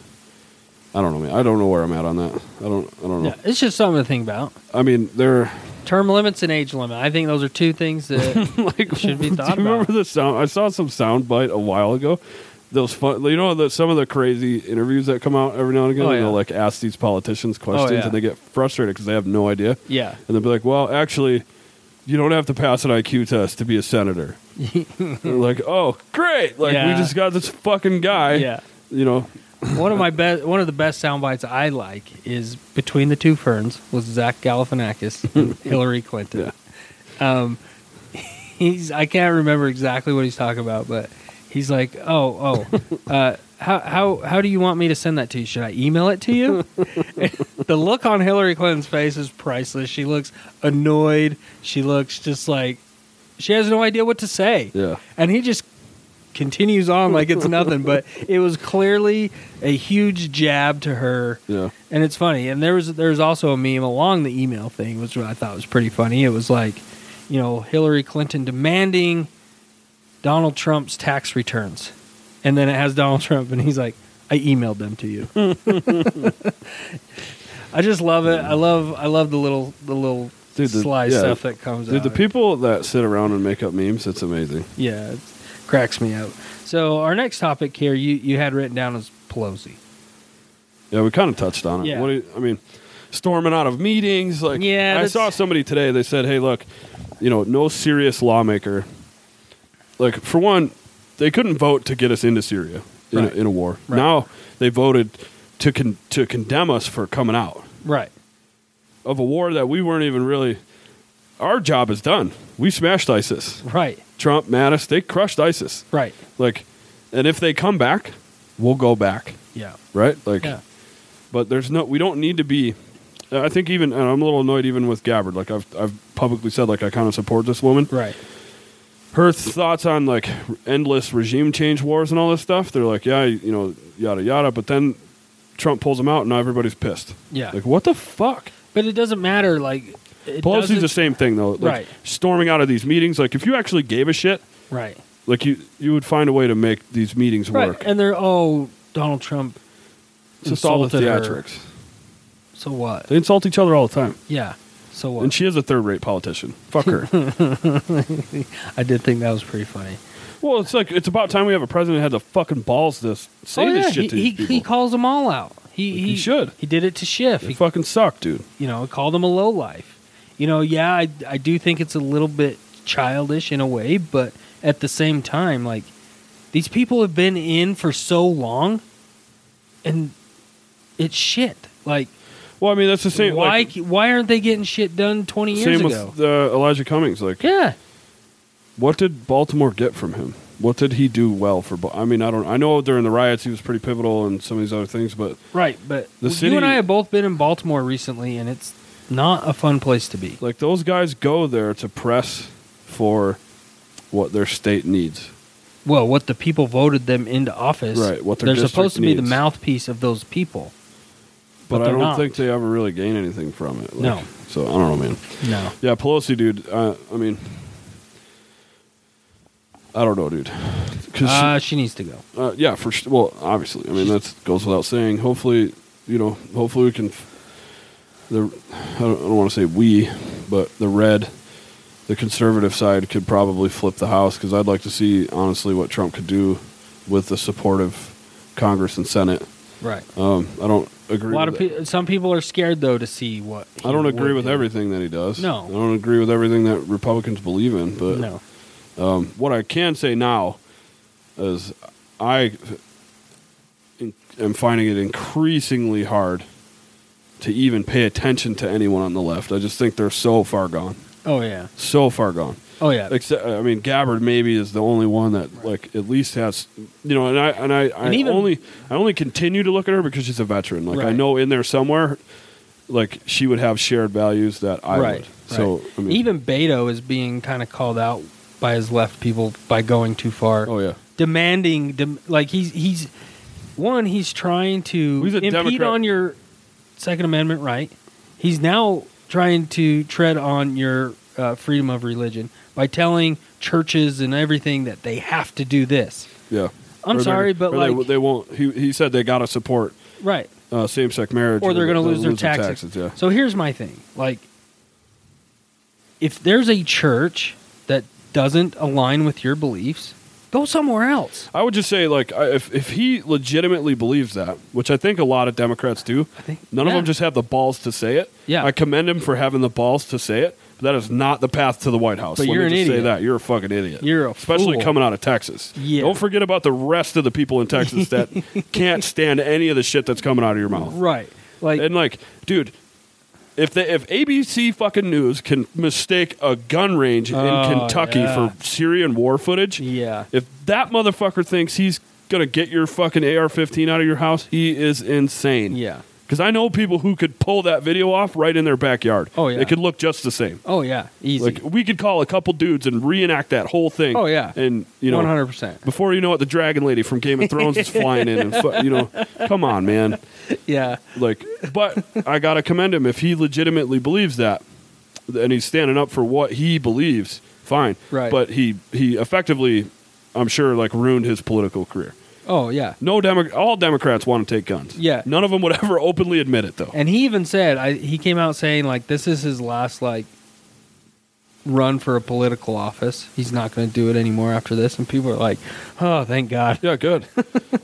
Speaker 2: I don't know, man. I don't know where I'm at on that. I don't, I don't know.
Speaker 1: Yeah, it's just something to think about.
Speaker 2: I mean, they're
Speaker 1: Term limits and age limit. I think those are two things that
Speaker 2: like
Speaker 1: Should be thought
Speaker 2: do you remember
Speaker 1: about.
Speaker 2: the sound i saw some sound bite a while ago those fun you know the, some of the crazy interviews that come out every now and again
Speaker 1: Oh,
Speaker 2: and
Speaker 1: yeah. Oh,
Speaker 2: they'll like ask these politicians questions
Speaker 1: yeah.
Speaker 2: and they get frustrated because they have no idea
Speaker 1: yeah.
Speaker 2: and they'll be like well actually you don't have to pass an iq test to be a senator And they're like oh great like we
Speaker 1: Yeah.
Speaker 2: just got this fucking guy
Speaker 1: Yeah.
Speaker 2: you know
Speaker 1: One of my best one of the best sound bites I like is between the two ferns was Zach Galifianakis and Hillary Clinton. Um he's I can't remember exactly what he's talking about, but he's like, "Oh, oh. Uh How, how how do you want me to send that to you? Should I email it to you? the look on Hillary Clinton's face is priceless. She looks annoyed. She looks just like She has no idea what to say.
Speaker 2: Yeah.
Speaker 1: And he just continues on like it's nothing, but it was clearly a huge jab to her.
Speaker 2: Yeah.
Speaker 1: And it's funny. And there was there was also a meme along the email thing, which I thought was pretty funny. It was like, you know, Hillary Clinton demanding Donald Trump's tax returns, and then it has Donald Trump, and he's like, "I emailed them to you." I just love it. I love I love the little the little
Speaker 2: Dude, the-
Speaker 1: sly
Speaker 2: yeah.
Speaker 1: stuff that comes.
Speaker 2: Dude,
Speaker 1: out
Speaker 2: the
Speaker 1: of it.
Speaker 2: people that sit around and make up memes, it's amazing.
Speaker 1: Yeah, it cracks me up. So our next topic here, you you had written down as Pelosi.
Speaker 2: Yeah, we kind of touched on it.
Speaker 1: Yeah.
Speaker 2: What do you, I mean, storming out of meetings. Like,
Speaker 1: Yeah,
Speaker 2: I
Speaker 1: that's-
Speaker 2: saw somebody today. They said, "Hey, look, you know, no serious lawmaker. Like, for one, they couldn't vote to get us into Syria in,
Speaker 1: Right.
Speaker 2: a, in a war.
Speaker 1: Right.
Speaker 2: Now they voted to con- to condemn us for coming out
Speaker 1: Right.
Speaker 2: of a war that we weren't even really. Our job is done. We smashed ISIS.
Speaker 1: Right.
Speaker 2: Trump, Mattis, they crushed ISIS.
Speaker 1: Right.
Speaker 2: Like, and if they come back, we'll go back.
Speaker 1: Yeah.
Speaker 2: Right? Like,
Speaker 1: Yeah.
Speaker 2: but there's no we don't need to be i think even and i'm a little annoyed even with gabbard like i've, I've publicly said like i kind of support this woman
Speaker 1: Right.
Speaker 2: her thoughts on like endless regime change wars and all this stuff they're like yeah you know yada yada but then trump pulls them out and now everybody's pissed
Speaker 1: Yeah.
Speaker 2: like what the fuck
Speaker 1: But it doesn't matter. Like it
Speaker 2: pelosi's
Speaker 1: doesn't-
Speaker 2: the same thing though like,
Speaker 1: Right.
Speaker 2: storming out of these meetings like if you actually gave a shit
Speaker 1: Right.
Speaker 2: like you you would find a way to make these meetings
Speaker 1: Right.
Speaker 2: work
Speaker 1: And they're oh Donald Trump
Speaker 2: it's just all the
Speaker 1: insulted her.
Speaker 2: theatrics
Speaker 1: So what?
Speaker 2: they insult each other all the time
Speaker 1: Yeah. So what?
Speaker 2: and she is a third-rate politician fuck her
Speaker 1: I did think that was pretty funny.
Speaker 2: Well, it's like it's about time we have a president who had the fucking balls to s- say
Speaker 1: oh, yeah.
Speaker 2: this shit
Speaker 1: he,
Speaker 2: to these
Speaker 1: he,
Speaker 2: people.
Speaker 1: he calls them all out. He,
Speaker 2: Like,
Speaker 1: he
Speaker 2: he should.
Speaker 1: He did it to Schiff.
Speaker 2: they
Speaker 1: He,
Speaker 2: fucking suck, dude.
Speaker 1: you know, called him a low life. You know, yeah, I I do think it's a little bit childish in a way, but at the same time, like these people have been in for so long, and it's shit. Like
Speaker 2: Well, I mean that's the same.
Speaker 1: why
Speaker 2: like,
Speaker 1: why aren't they getting shit done twenty years
Speaker 2: same
Speaker 1: ago?
Speaker 2: with uh, Elijah Cummings. Like,
Speaker 1: yeah,
Speaker 2: what did Baltimore get from him? What did he do well for? Ba- I mean, I don't. I know during the riots he was pretty pivotal and some of these other things, but
Speaker 1: right. But
Speaker 2: The
Speaker 1: you
Speaker 2: city-
Speaker 1: and I have both been in Baltimore recently, and it's not a fun place to be.
Speaker 2: like those guys go there to press for what their state needs.
Speaker 1: Well, what the people voted them into office,
Speaker 2: Right, what their
Speaker 1: they're
Speaker 2: district
Speaker 1: supposed to be the
Speaker 2: needs.
Speaker 1: mouthpiece of those people.
Speaker 2: But,
Speaker 1: But
Speaker 2: I
Speaker 1: they're
Speaker 2: don't
Speaker 1: not.
Speaker 2: think they ever really gain anything from it. Like,
Speaker 1: No.
Speaker 2: So I don't know, man.
Speaker 1: No,
Speaker 2: Yeah, Pelosi, dude. Uh, I mean, I don't know, dude. 'Cause she-
Speaker 1: uh, she needs to go.
Speaker 2: Uh, yeah, for sh- well, obviously. I mean, that goes without saying. Hopefully, you know, hopefully we can. F- the I don't, I don't want to say we, but the red, the conservative side could probably flip the house because I'd like to see honestly what Trump could do with the support of Congress and Senate.
Speaker 1: Right.
Speaker 2: Um, I don't
Speaker 1: A
Speaker 2: agree.
Speaker 1: lot
Speaker 2: with
Speaker 1: of pe- some people are scared though to see what.
Speaker 2: I don't
Speaker 1: he
Speaker 2: agree
Speaker 1: would
Speaker 2: with
Speaker 1: do.
Speaker 2: everything that he does.
Speaker 1: No.
Speaker 2: I don't agree with everything that Republicans believe in. But
Speaker 1: No.
Speaker 2: um, what I can say now is I in- am finding it increasingly hard to even pay attention to anyone on the left. I just think they're so far gone,
Speaker 1: Oh yeah.
Speaker 2: so far gone.
Speaker 1: Oh yeah.
Speaker 2: Except, I mean, Gabbard maybe is the only one that like at least has you know. And I and I, I
Speaker 1: And even-
Speaker 2: only I only continue to look at her because she's a veteran. Like I
Speaker 1: Right.
Speaker 2: know in there somewhere, like she would have shared values that I
Speaker 1: right.
Speaker 2: would. So
Speaker 1: right.
Speaker 2: I mean,
Speaker 1: even Beto is being kind of called out by his left people by going too far,
Speaker 2: oh yeah,
Speaker 1: demanding dem- like he's he's one he's trying to
Speaker 2: He's a
Speaker 1: impede
Speaker 2: Democrat.
Speaker 1: on your Second Amendment right. He's now trying to tread on your uh, freedom of religion by telling churches and everything that they have to do this.
Speaker 2: yeah.
Speaker 1: I'm
Speaker 2: Or they're-
Speaker 1: sorry, but
Speaker 2: or they-
Speaker 1: like-
Speaker 2: they, won't. He he said they got to support
Speaker 1: Right.
Speaker 2: uh, same sex marriage,
Speaker 1: or they're going to
Speaker 2: they'll
Speaker 1: lose their taxes.
Speaker 2: yeah.
Speaker 1: So here's my thing: like, if there's a church that doesn't align with your beliefs, go somewhere else.
Speaker 2: I would just say like I- if if he legitimately believes that, which I think a lot of Democrats do,
Speaker 1: I think
Speaker 2: none of
Speaker 1: yeah.
Speaker 2: them just have the balls to say it.
Speaker 1: Yeah.
Speaker 2: I commend him for having the balls to say it. But that is not the path to the White House.
Speaker 1: But
Speaker 2: Let
Speaker 1: you're
Speaker 2: me
Speaker 1: an
Speaker 2: just say
Speaker 1: idiot.
Speaker 2: that you're a fucking idiot.
Speaker 1: You're a
Speaker 2: especially
Speaker 1: fool.
Speaker 2: coming out of Texas.
Speaker 1: Yeah.
Speaker 2: Don't forget about the rest of the people in Texas that can't stand any of the shit that's coming out of your mouth.
Speaker 1: right. Like,
Speaker 2: and like, dude, if they, if ABC fucking news can mistake a gun range
Speaker 1: Oh,
Speaker 2: in Kentucky
Speaker 1: yeah.
Speaker 2: for Syrian war footage,
Speaker 1: yeah,
Speaker 2: if that motherfucker thinks he's gonna get your fucking AR-15 out of your house, he is insane.
Speaker 1: yeah.
Speaker 2: Because I know people who could pull that video off right in their backyard.
Speaker 1: Oh, yeah.
Speaker 2: It could look just the same.
Speaker 1: Oh yeah, easy.
Speaker 2: Like we could call a couple dudes and reenact that whole thing.
Speaker 1: Oh, yeah.
Speaker 2: and you know,
Speaker 1: One hundred percent.
Speaker 2: before you know it, the dragon lady from Game of Thrones is flying in, and fu- you know, come on, man.
Speaker 1: Yeah.
Speaker 2: Like, but I gotta commend him if he legitimately believes that, and he's standing up for what he believes. Fine,
Speaker 1: Right.
Speaker 2: But he he effectively, I'm sure, like ruined his political career.
Speaker 1: Oh yeah.
Speaker 2: No, Demo- all Democrats want to take guns.
Speaker 1: Yeah.
Speaker 2: none of them would ever openly admit it though.
Speaker 1: And he even said I, he came out saying like this is his last like run for a political office. He's not going to do it anymore after this. And people are like, oh, thank God.
Speaker 2: yeah, good.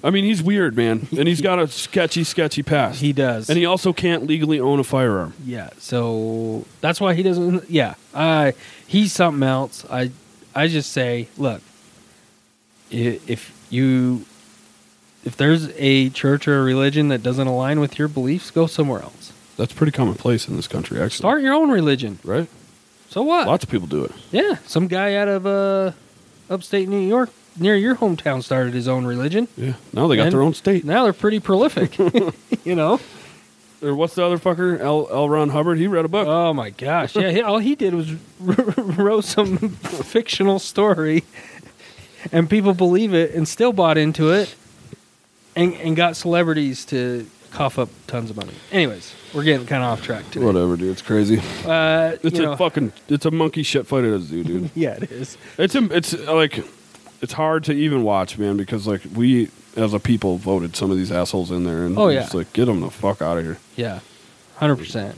Speaker 2: I mean, he's weird, man, and he's got a sketchy, sketchy past.
Speaker 1: He does.
Speaker 2: and he also can't legally own a firearm.
Speaker 1: yeah. So that's why he doesn't. Yeah. I he's something else. I I just say look, i- if you if there's a church or a religion that doesn't align with your beliefs, go somewhere else.
Speaker 2: That's pretty commonplace in this country, actually.
Speaker 1: Start your own religion.
Speaker 2: right?
Speaker 1: So what?
Speaker 2: Lots of people do it.
Speaker 1: Yeah, some guy out of uh, upstate New York near your hometown started his own religion.
Speaker 2: Yeah. Now they got
Speaker 1: And-
Speaker 2: their own state.
Speaker 1: Now they're pretty prolific, you know.
Speaker 2: Or what's the other fucker? L. L. Ron Hubbard. He read a book.
Speaker 1: Oh my gosh! Yeah, he, all he did was wrote some fictional story, and people believe it and still bought into it, and and got celebrities to cough up tons of money. Anyways, we're getting kind of off track today.
Speaker 2: Whatever, dude. It's crazy.
Speaker 1: Uh,
Speaker 2: It's
Speaker 1: you
Speaker 2: a
Speaker 1: know-
Speaker 2: fucking. It's a monkey shit fight at a zoo, dude.
Speaker 1: yeah, it is.
Speaker 2: it's a, it's uh, like, it's hard to even watch, man, because like we as a people voted some of these assholes in there, and
Speaker 1: Oh,
Speaker 2: it's
Speaker 1: yeah.
Speaker 2: just like get them the fuck out of here.
Speaker 1: Yeah, hundred percent.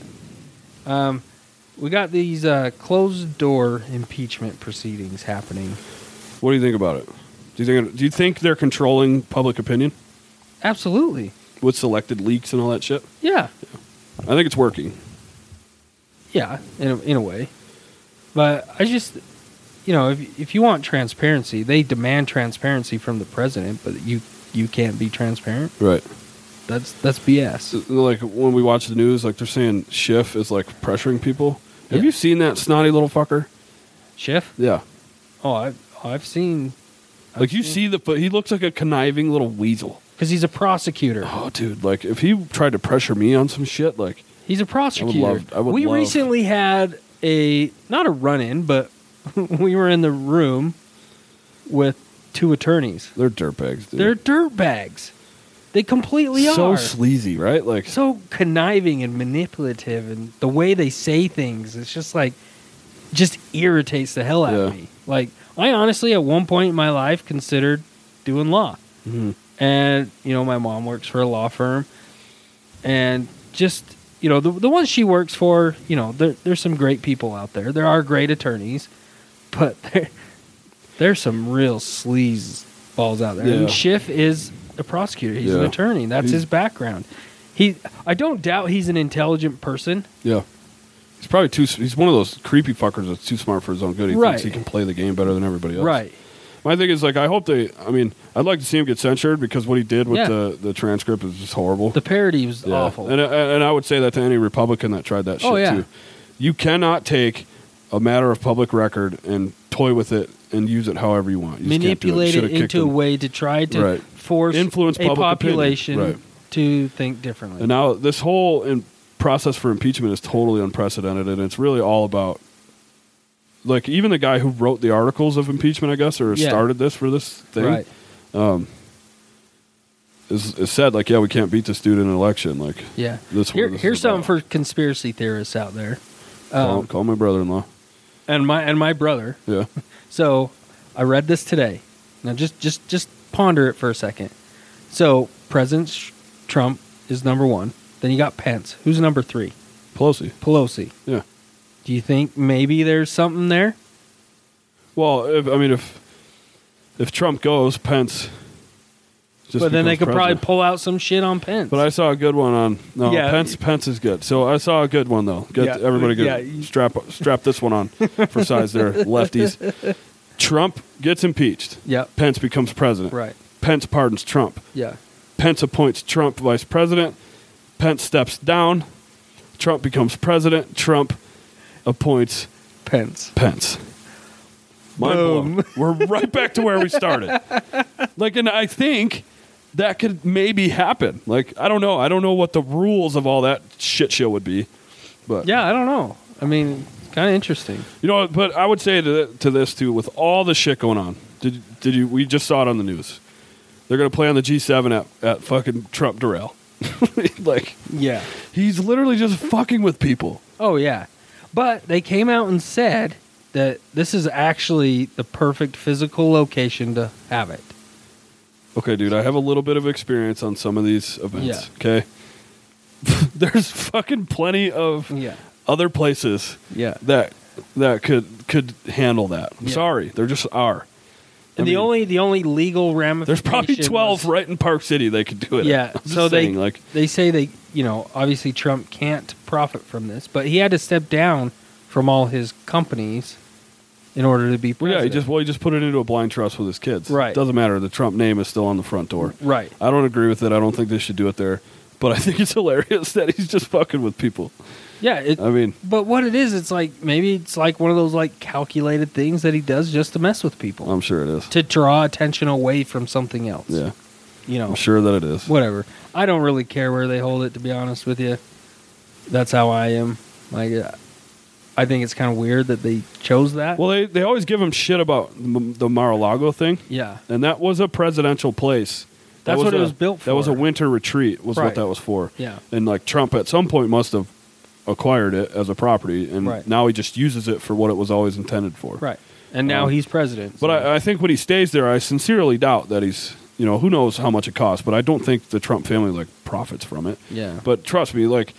Speaker 1: Um, we got these uh, closed door impeachment proceedings happening.
Speaker 2: What do you think about it? Do you think do you think they're controlling public opinion
Speaker 1: Absolutely.
Speaker 2: with selected leaks and all that shit?
Speaker 1: Yeah,
Speaker 2: I think it's working.
Speaker 1: yeah. In a, in a way, but I just, you know, if if you want transparency, they demand transparency from the president, but you you can't be transparent.
Speaker 2: Right.
Speaker 1: That's that's BS.
Speaker 2: Uh, like when we watch the news, like they're saying Schiff is like pressuring people. Have
Speaker 1: Yeah.
Speaker 2: you seen that snotty little fucker?
Speaker 1: Schiff.
Speaker 2: Yeah.
Speaker 1: Oh, I, I've seen
Speaker 2: Like you see the foot, he looks like a conniving little weasel.
Speaker 1: because he's a prosecutor.
Speaker 2: Oh, dude! Like if he tried to pressure me on some shit, like
Speaker 1: He's a prosecutor.
Speaker 2: love- I would
Speaker 1: we
Speaker 2: love-
Speaker 1: recently had a not a run in, but we were in the room with two attorneys.
Speaker 2: they're dirtbags, dude.
Speaker 1: They're dirtbags. They completely
Speaker 2: so
Speaker 1: are.
Speaker 2: sleazy, right? Like
Speaker 1: so conniving and manipulative and the way they say things, it's just like just irritates the hell out of
Speaker 2: Yeah.
Speaker 1: me. Like I honestly at one point in my life considered doing law
Speaker 2: Mhm.
Speaker 1: and you know my mom works for a law firm and just you know the, the ones she works for you know there, there's some great people out there there are great attorneys but there there's some real sleaze balls out there
Speaker 2: Yeah.
Speaker 1: and schiff is a prosecutor he's an
Speaker 2: Yeah.
Speaker 1: attorney that's
Speaker 2: He's-
Speaker 1: his background he i don't doubt he's an intelligent person
Speaker 2: yeah, he's probably too. He's one of those creepy fuckers that's too smart for his own good. He
Speaker 1: Right.
Speaker 2: thinks he can play the game better than everybody else.
Speaker 1: right
Speaker 2: My thing is like I hope they. I mean, I'd like to see him get censured because what he did with
Speaker 1: Yeah.
Speaker 2: the the transcript is just horrible.
Speaker 1: the parody was
Speaker 2: Yeah.
Speaker 1: awful
Speaker 2: And I, and I would say that to any Republican that tried that shit
Speaker 1: Oh, yeah.
Speaker 2: too. You cannot take a matter of public record and toy with it and use it however you want. You just can't do
Speaker 1: manipulate
Speaker 2: Shoulda
Speaker 1: it
Speaker 2: kicked
Speaker 1: into a
Speaker 2: them.
Speaker 1: way to try to
Speaker 2: Right.
Speaker 1: force
Speaker 2: Influence
Speaker 1: a
Speaker 2: public opinion.
Speaker 1: population
Speaker 2: Right.
Speaker 1: to think differently.
Speaker 2: And now this whole in process for impeachment is totally unprecedented, and it's really all about like even the guy who wrote the articles of impeachment, I guess, or
Speaker 1: Yeah.
Speaker 2: started this for this thing.
Speaker 1: Right.
Speaker 2: Is, is said like, yeah, we can't beat this dude in an election. Like,
Speaker 1: Yeah.
Speaker 2: That's what
Speaker 1: Here,
Speaker 2: this
Speaker 1: here's
Speaker 2: is about.
Speaker 1: something for conspiracy theorists out there,
Speaker 2: call,
Speaker 1: um,
Speaker 2: call my brother-in-law.
Speaker 1: and my and my brother.
Speaker 2: Yeah,
Speaker 1: So I read this today. Now just just just ponder it for a second. So President Sh- Trump is number one. Then you got Pence. Who's number three?
Speaker 2: Pelosi.
Speaker 1: Pelosi.
Speaker 2: Yeah.
Speaker 1: Do you think maybe there's something there?
Speaker 2: Well, if, I mean, if if Trump goes, Pence. Just
Speaker 1: but then they
Speaker 2: becomes
Speaker 1: could probably
Speaker 2: president.
Speaker 1: pull out some shit on Pence.
Speaker 2: But I saw a good one on no
Speaker 1: Yeah.
Speaker 2: Pence. Pence is good. So I saw a good one though. Get
Speaker 1: Yeah.
Speaker 2: everybody good.
Speaker 1: Yeah, you-
Speaker 2: Strap strap this one on for size there lefties. Trump gets impeached.
Speaker 1: Yep.
Speaker 2: Pence becomes president.
Speaker 1: Right.
Speaker 2: Pence pardons Trump.
Speaker 1: Yeah.
Speaker 2: Pence appoints Trump vice president. Pence steps down. Trump becomes president. Trump appoints
Speaker 1: Pence.
Speaker 2: Pence. Mind
Speaker 1: Boom.
Speaker 2: blown. We're right back to where we started. like, and I think that could maybe happen. Like I don't know. I don't know what the rules of all that shit show would be. But
Speaker 1: Yeah, I don't know. I mean, kind of interesting.
Speaker 2: you know, but I would say to, to this too, with all the shit going on, did did you? We just saw it on the news. They're gonna play on the G7 at, at fucking Trump Durrell. like
Speaker 1: Yeah.
Speaker 2: he's literally just fucking with people.
Speaker 1: Oh yeah. But they came out and said that this is actually the perfect physical location to have it.
Speaker 2: Okay, dude, I have a little bit of experience on some of these events. Okay, there's fucking plenty of
Speaker 1: Yeah.
Speaker 2: other places
Speaker 1: Yeah.
Speaker 2: that that could could handle that. I'm
Speaker 1: Yeah.
Speaker 2: sorry, there just are.
Speaker 1: And the
Speaker 2: mean,
Speaker 1: only the only legal
Speaker 2: there's
Speaker 1: ramification
Speaker 2: probably
Speaker 1: was-
Speaker 2: twelve right in Park City they could do it. at.
Speaker 1: Yeah,
Speaker 2: I'm just
Speaker 1: so they-
Speaker 2: saying, like
Speaker 1: they say they you know obviously Trump can't profit from this, but he had to step down from all his companies in order to be
Speaker 2: well, yeah,
Speaker 1: president.
Speaker 2: he just well he just put it into a blind trust with his kids.
Speaker 1: Right.
Speaker 2: doesn't matter. The Trump name is still on the front door.
Speaker 1: right.
Speaker 2: I don't agree with it. I don't think they should do it there. But I think it's hilarious that he's just fucking with people.
Speaker 1: Yeah, it,
Speaker 2: I mean,
Speaker 1: but what it is, it's like maybe it's like one of those like calculated things that he does just to mess with people
Speaker 2: I'm sure it is.
Speaker 1: to draw attention away from something else.
Speaker 2: Yeah,
Speaker 1: you know,
Speaker 2: I'm sure that it is.
Speaker 1: whatever. I don't really care where they hold it, to be honest with you. That's how I am. Like, uh, I think it's kind of weird that they chose that.
Speaker 2: Well, they, they always give him shit about m- the Mar-a-Lago thing,
Speaker 1: yeah,
Speaker 2: and that was a presidential place. That
Speaker 1: That's what it
Speaker 2: a-
Speaker 1: was built
Speaker 2: That was a
Speaker 1: for.
Speaker 2: winter retreat. Was what
Speaker 1: Right.
Speaker 2: that was for.
Speaker 1: yeah,
Speaker 2: And like Trump, at some point, must have acquired it as a property, and
Speaker 1: Right.
Speaker 2: now he just uses it for what it was always intended for.
Speaker 1: right. And now
Speaker 2: Um,
Speaker 1: he's president.
Speaker 2: But
Speaker 1: so-
Speaker 2: I, I think when he stays there, I sincerely doubt that he's. You know, who knows how much it costs, but I don't think the Trump family like profits from it.
Speaker 1: yeah,
Speaker 2: But trust me, like,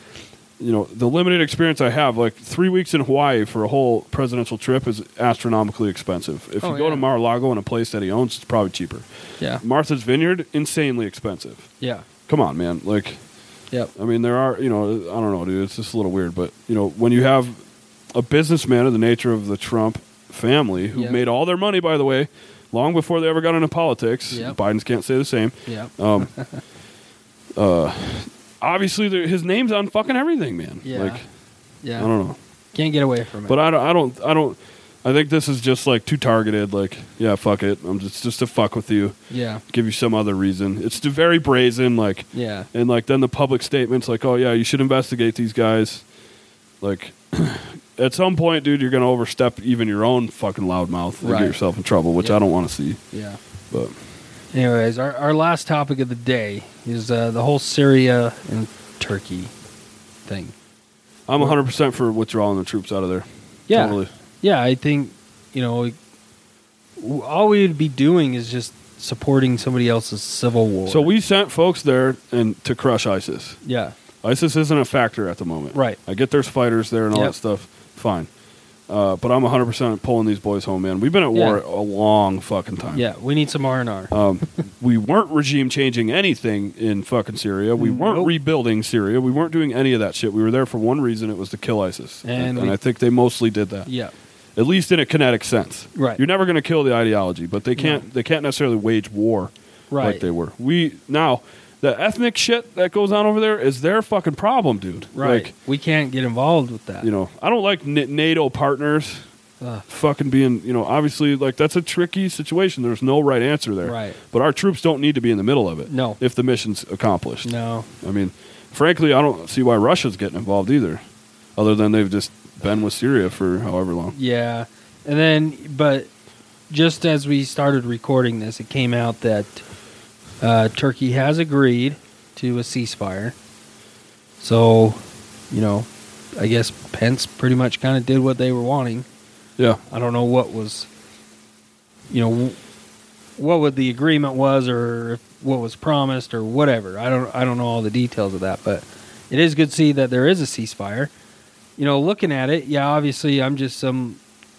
Speaker 2: you know, the limited experience I have, like, three weeks in Hawaii for a whole presidential trip is astronomically expensive. If
Speaker 1: Oh,
Speaker 2: you go
Speaker 1: yeah.
Speaker 2: to Mar a Lago in a place that he owns, it's probably cheaper.
Speaker 1: yeah,
Speaker 2: Martha's Vineyard, insanely expensive.
Speaker 1: yeah,
Speaker 2: Come on, man. Like,
Speaker 1: yep,
Speaker 2: I mean, there are, you know, I don't know, dude. It's just a little weird, but, you know, when you have a businessman of the nature of the Trump family who
Speaker 1: Yeah.
Speaker 2: made all their money, by the way, long before they ever got into politics,
Speaker 1: Yep.
Speaker 2: Biden's can't say the same.
Speaker 1: yep.
Speaker 2: Um, uh, obviously, there, his name's on fucking everything, man.
Speaker 1: Yeah.
Speaker 2: Like,
Speaker 1: Yeah,
Speaker 2: I don't know,
Speaker 1: can't get away from it.
Speaker 2: but I don't, I don't, I don't. I think this is just like too targeted. Like, yeah, fuck it. I'm just just to fuck with you,
Speaker 1: yeah,
Speaker 2: give you some other reason. It's too very brazen. Like,
Speaker 1: yeah,
Speaker 2: and like then the public statements like, oh yeah, you should investigate these guys. Like, at some point, dude, you're gonna overstep even your own fucking loudmouth and
Speaker 1: Right.
Speaker 2: get yourself in trouble, which
Speaker 1: Yeah.
Speaker 2: I don't want to see.
Speaker 1: yeah.
Speaker 2: But
Speaker 1: Anyways, our, our last topic of the day is uh, the whole Syria and Turkey thing.
Speaker 2: I'm 100 percent for withdrawing the troops out of there.
Speaker 1: Yeah.
Speaker 2: Totally.
Speaker 1: Yeah, I think you know, w- all we would be doing is just supporting somebody else's civil war.
Speaker 2: So we sent folks there and to crush ISIS.
Speaker 1: yeah,
Speaker 2: ISIS isn't a factor at the moment.
Speaker 1: Right.
Speaker 2: I get there's fighters there and all
Speaker 1: Yep.
Speaker 2: that stuff. Fine. Uh, but I'm 100% pulling these boys home, man. We've been at war
Speaker 1: Yeah.
Speaker 2: a long fucking time.
Speaker 1: yeah, we need some R and R.
Speaker 2: Um, we weren't regime changing anything in fucking Syria. We weren't
Speaker 1: Mm, Nope.
Speaker 2: rebuilding Syria. We weren't doing any of that shit. We were there for one reason. It was to kill ISIS.
Speaker 1: And
Speaker 2: and
Speaker 1: we-
Speaker 2: I think they mostly did that.
Speaker 1: Yeah,
Speaker 2: At least in a kinetic sense.
Speaker 1: Right.
Speaker 2: You're never going to kill the ideology, but they can't. They can't necessarily wage war
Speaker 1: right.
Speaker 2: like they were. We now the ethnic shit that goes on over there is their fucking problem, dude.
Speaker 1: right.
Speaker 2: Like,
Speaker 1: we can't get involved with that.
Speaker 2: you know, I don't like N- NATO partners
Speaker 1: Ugh.
Speaker 2: fucking being, you know, obviously like that's a tricky situation. There's no right answer there.
Speaker 1: Right.
Speaker 2: But our troops don't need to be in the middle of it.
Speaker 1: No.
Speaker 2: If the mission's accomplished.
Speaker 1: no.
Speaker 2: I mean, frankly, I don't see why Russia's getting involved either. Other than they've just been with Syria for however long.
Speaker 1: Yeah, and then but just as we started recording this, it came out that uh, Turkey has agreed to a ceasefire. So, you know, I guess Pence pretty much kind of did what they were wanting.
Speaker 2: Yeah.
Speaker 1: I don't know what was, you know, what would the agreement was or if- what was promised or whatever. I don't I don't know all the details of that, but it is good to see that there is a ceasefire. You know, looking at it, yeah, obviously I'm just some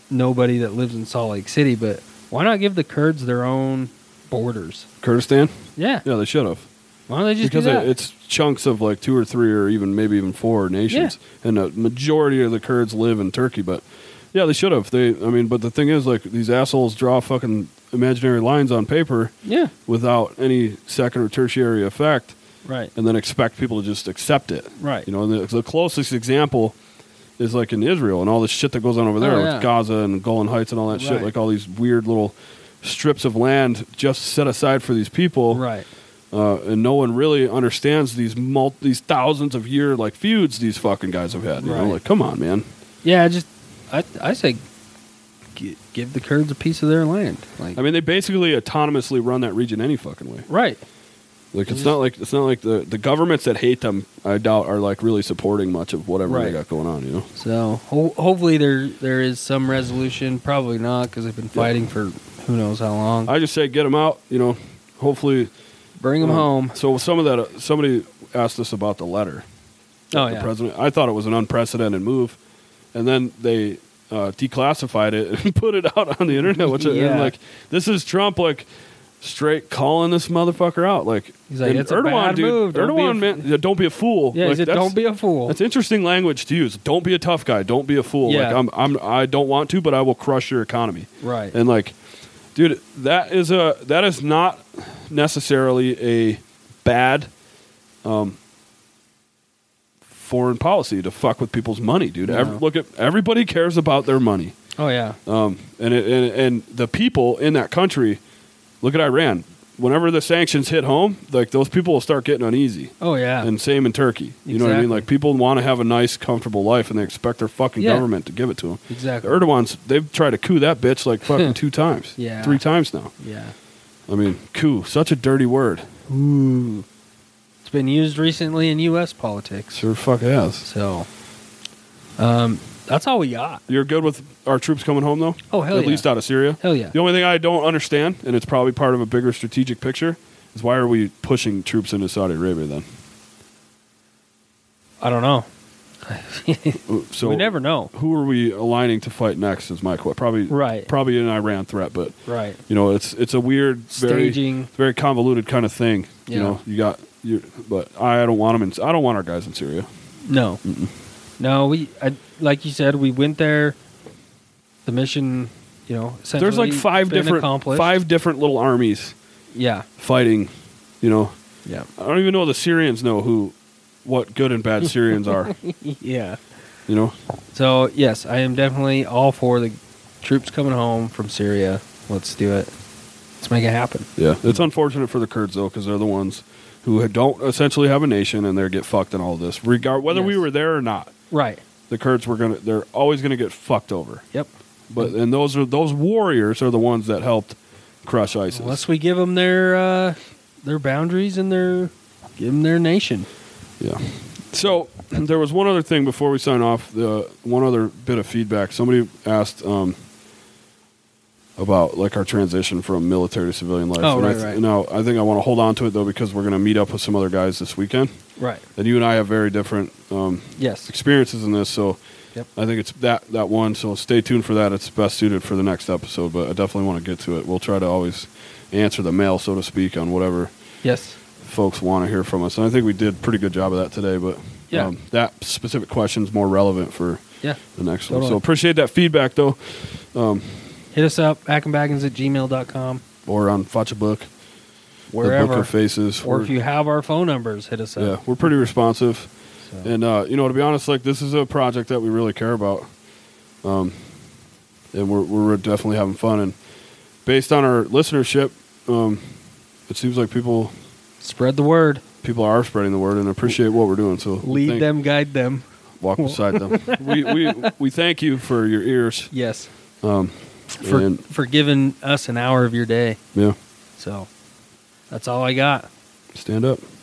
Speaker 1: nobody that lives in Salt Lake City, but why not give the Kurds their own borders?
Speaker 2: Kurdistan?
Speaker 1: Yeah,
Speaker 2: Yeah, they should have.
Speaker 1: why don't they just
Speaker 2: because
Speaker 1: do that?
Speaker 2: it, it's chunks of like two or three or even maybe even four nations and the majority of the kurds live in turkey but yeah they should have they i mean but the thing is like these assholes draw fucking imaginary lines on paper
Speaker 1: yeah,
Speaker 2: without any second or tertiary effect
Speaker 1: right,
Speaker 2: and then expect people to just accept it
Speaker 1: right,
Speaker 2: you know and the, the closest example is like in israel and all the shit that goes on over there
Speaker 1: Oh, yeah.
Speaker 2: with gaza and golan heights and all that shit
Speaker 1: Right.
Speaker 2: like all these weird little strips of land just set aside for these people
Speaker 1: right,
Speaker 2: uh, and no one really understands these mul- these thousands of year like feuds these fucking guys have had. You know,
Speaker 1: Right.
Speaker 2: like come on, man.
Speaker 1: Yeah, I just I I say gi- give the Kurds a piece of their land. Like
Speaker 2: I mean, they basically autonomously run that region any fucking way.
Speaker 1: right.
Speaker 2: Like it's not like it's not like the the governments that hate them. I doubt are like really supporting much of whatever
Speaker 1: Right.
Speaker 2: they got going on. You know.
Speaker 1: So ho- hopefully there there is some resolution. Probably not because they've been fighting for who knows how long.
Speaker 2: I just say get them out. You know, hopefully
Speaker 1: Bring them
Speaker 2: um,
Speaker 1: home.
Speaker 2: So some of that, uh, somebody asked us about the letter.
Speaker 1: Oh
Speaker 2: the
Speaker 1: yeah.
Speaker 2: president. I thought it was an unprecedented move, and then they uh, declassified it and put it out on the internet. Which yeah.
Speaker 1: Yeah.
Speaker 2: like this is Trump like straight calling this motherfucker out. Like
Speaker 1: He's like,
Speaker 2: and
Speaker 1: "It's a bad move. Don't be a
Speaker 2: Erdogan,
Speaker 1: f-
Speaker 2: man, yeah, don't be a fool.
Speaker 1: yeah,
Speaker 2: Like,
Speaker 1: he said,
Speaker 2: that's-
Speaker 1: don't be a fool.
Speaker 2: That's interesting language to use. Don't be a tough guy. Don't be a fool.
Speaker 1: Yeah.
Speaker 2: Like I'm, I'm, I don't want to, but I will crush your economy.
Speaker 1: Right.
Speaker 2: And like, dude, that is a that is not necessarily a bad um, foreign policy to fuck with people's money, dude. Ev-
Speaker 1: No.
Speaker 2: look at everybody cares about their money,
Speaker 1: oh yeah.
Speaker 2: um, and, it, and and the people in that country. Look at Iran. Whenever the sanctions hit home, like those people will start getting uneasy.
Speaker 1: Oh yeah.
Speaker 2: And same in Turkey. You know what I mean?
Speaker 1: Exactly.
Speaker 2: Like people want to have a nice, comfortable life, and they expect their fucking
Speaker 1: Yeah.
Speaker 2: government to give it to them.
Speaker 1: exactly.
Speaker 2: Erdogan's they've tried to coup that bitch like fucking two times,
Speaker 1: Yeah.
Speaker 2: three times now.
Speaker 1: yeah.
Speaker 2: I mean, coup, such a dirty word.
Speaker 1: Ooh. It's been used recently in U.S. politics.
Speaker 2: Sure, fuck ass.
Speaker 1: So, um, that's all we got.
Speaker 2: You're good with our troops coming home though.
Speaker 1: Oh, hell
Speaker 2: At
Speaker 1: yeah.
Speaker 2: least out of Syria.
Speaker 1: Hell yeah.
Speaker 2: The only thing I don't understand, and it's probably part of a bigger strategic picture, is why are we pushing troops into Saudi Arabia then?
Speaker 1: I don't know.
Speaker 2: Uh, So
Speaker 1: we never know.
Speaker 2: Who are we aligning to fight next? Is my question. Probably
Speaker 1: Right.
Speaker 2: Probably an Iran threat, but
Speaker 1: Right.
Speaker 2: you know it's it's a weird very
Speaker 1: Staging.
Speaker 2: very convoluted kind of thing you
Speaker 1: Yeah.
Speaker 2: know you got you but i don't want them in i don't want our guys in syria
Speaker 1: No. No, we I, like you said, we went there. The mission, you know,
Speaker 2: there's
Speaker 1: essentially
Speaker 2: like five
Speaker 1: been
Speaker 2: different
Speaker 1: accomplished.
Speaker 2: five different little armies
Speaker 1: Yeah.
Speaker 2: fighting you know
Speaker 1: Yeah.
Speaker 2: i don't even know the syrians know who what good and bad syrians are
Speaker 1: yeah.
Speaker 2: you know
Speaker 1: So yes, I am definitely all for the troops coming home from Syria. Let's do it. Let's make it happen.
Speaker 2: yeah it's unfortunate for the kurds though because they're the ones who don't essentially have a nation and they get fucked in all this regard whether we
Speaker 1: Yes.
Speaker 2: were there or not
Speaker 1: Right.
Speaker 2: the kurds were gonna they're always gonna get fucked over
Speaker 1: Yep.
Speaker 2: But and those are those warriors are the ones that helped crush ISIS.
Speaker 1: Unless we give them their uh, their boundaries and their give them their nation.
Speaker 2: yeah. So there was one other thing before we sign off. The one other bit of feedback. Somebody asked um, about like our transition from military to civilian life.
Speaker 1: Oh,
Speaker 2: and I
Speaker 1: right, right.
Speaker 2: No, I think I want to hold on to it though because we're going to meet up with some other guys this weekend.
Speaker 1: Right.
Speaker 2: And you and I have very different um,
Speaker 1: Yes.
Speaker 2: experiences in this, so
Speaker 1: Yep.
Speaker 2: I think it's that that one. So stay tuned for that. It's best suited for the next episode, but I definitely want to get to it. We'll try to always answer the mail, so to speak, on whatever
Speaker 1: Yes.
Speaker 2: folks want to hear from us. And I think we did a pretty good job of that today. But um,
Speaker 1: Yeah.
Speaker 2: that specific question's more relevant for
Speaker 1: Yeah.
Speaker 2: the next one.
Speaker 1: Totally.
Speaker 2: So appreciate that feedback though,
Speaker 1: Hit us up, backandbaggins at gmail.com,
Speaker 2: or on Facha Book, the Book
Speaker 1: wherever.
Speaker 2: of Faces,
Speaker 1: Or
Speaker 2: We're-
Speaker 1: if you have our phone numbers, hit us
Speaker 2: yeah,
Speaker 1: up.
Speaker 2: we're pretty responsive.
Speaker 1: So.
Speaker 2: And uh, you know, to be honest, like this is a project that we really care about, um, and we're we're definitely having fun. And based on our listenership, um, it seems like people
Speaker 1: Spread the word.
Speaker 2: people are spreading the word and appreciate what we're doing. So
Speaker 1: Lead
Speaker 2: thank-
Speaker 1: them, guide them.
Speaker 2: walk beside them. we, we we thank you for your ears.
Speaker 1: Yes.
Speaker 2: Um,
Speaker 1: For,
Speaker 2: and,
Speaker 1: for giving us an hour of your day.
Speaker 2: yeah,
Speaker 1: So that's all I got.
Speaker 2: stand up.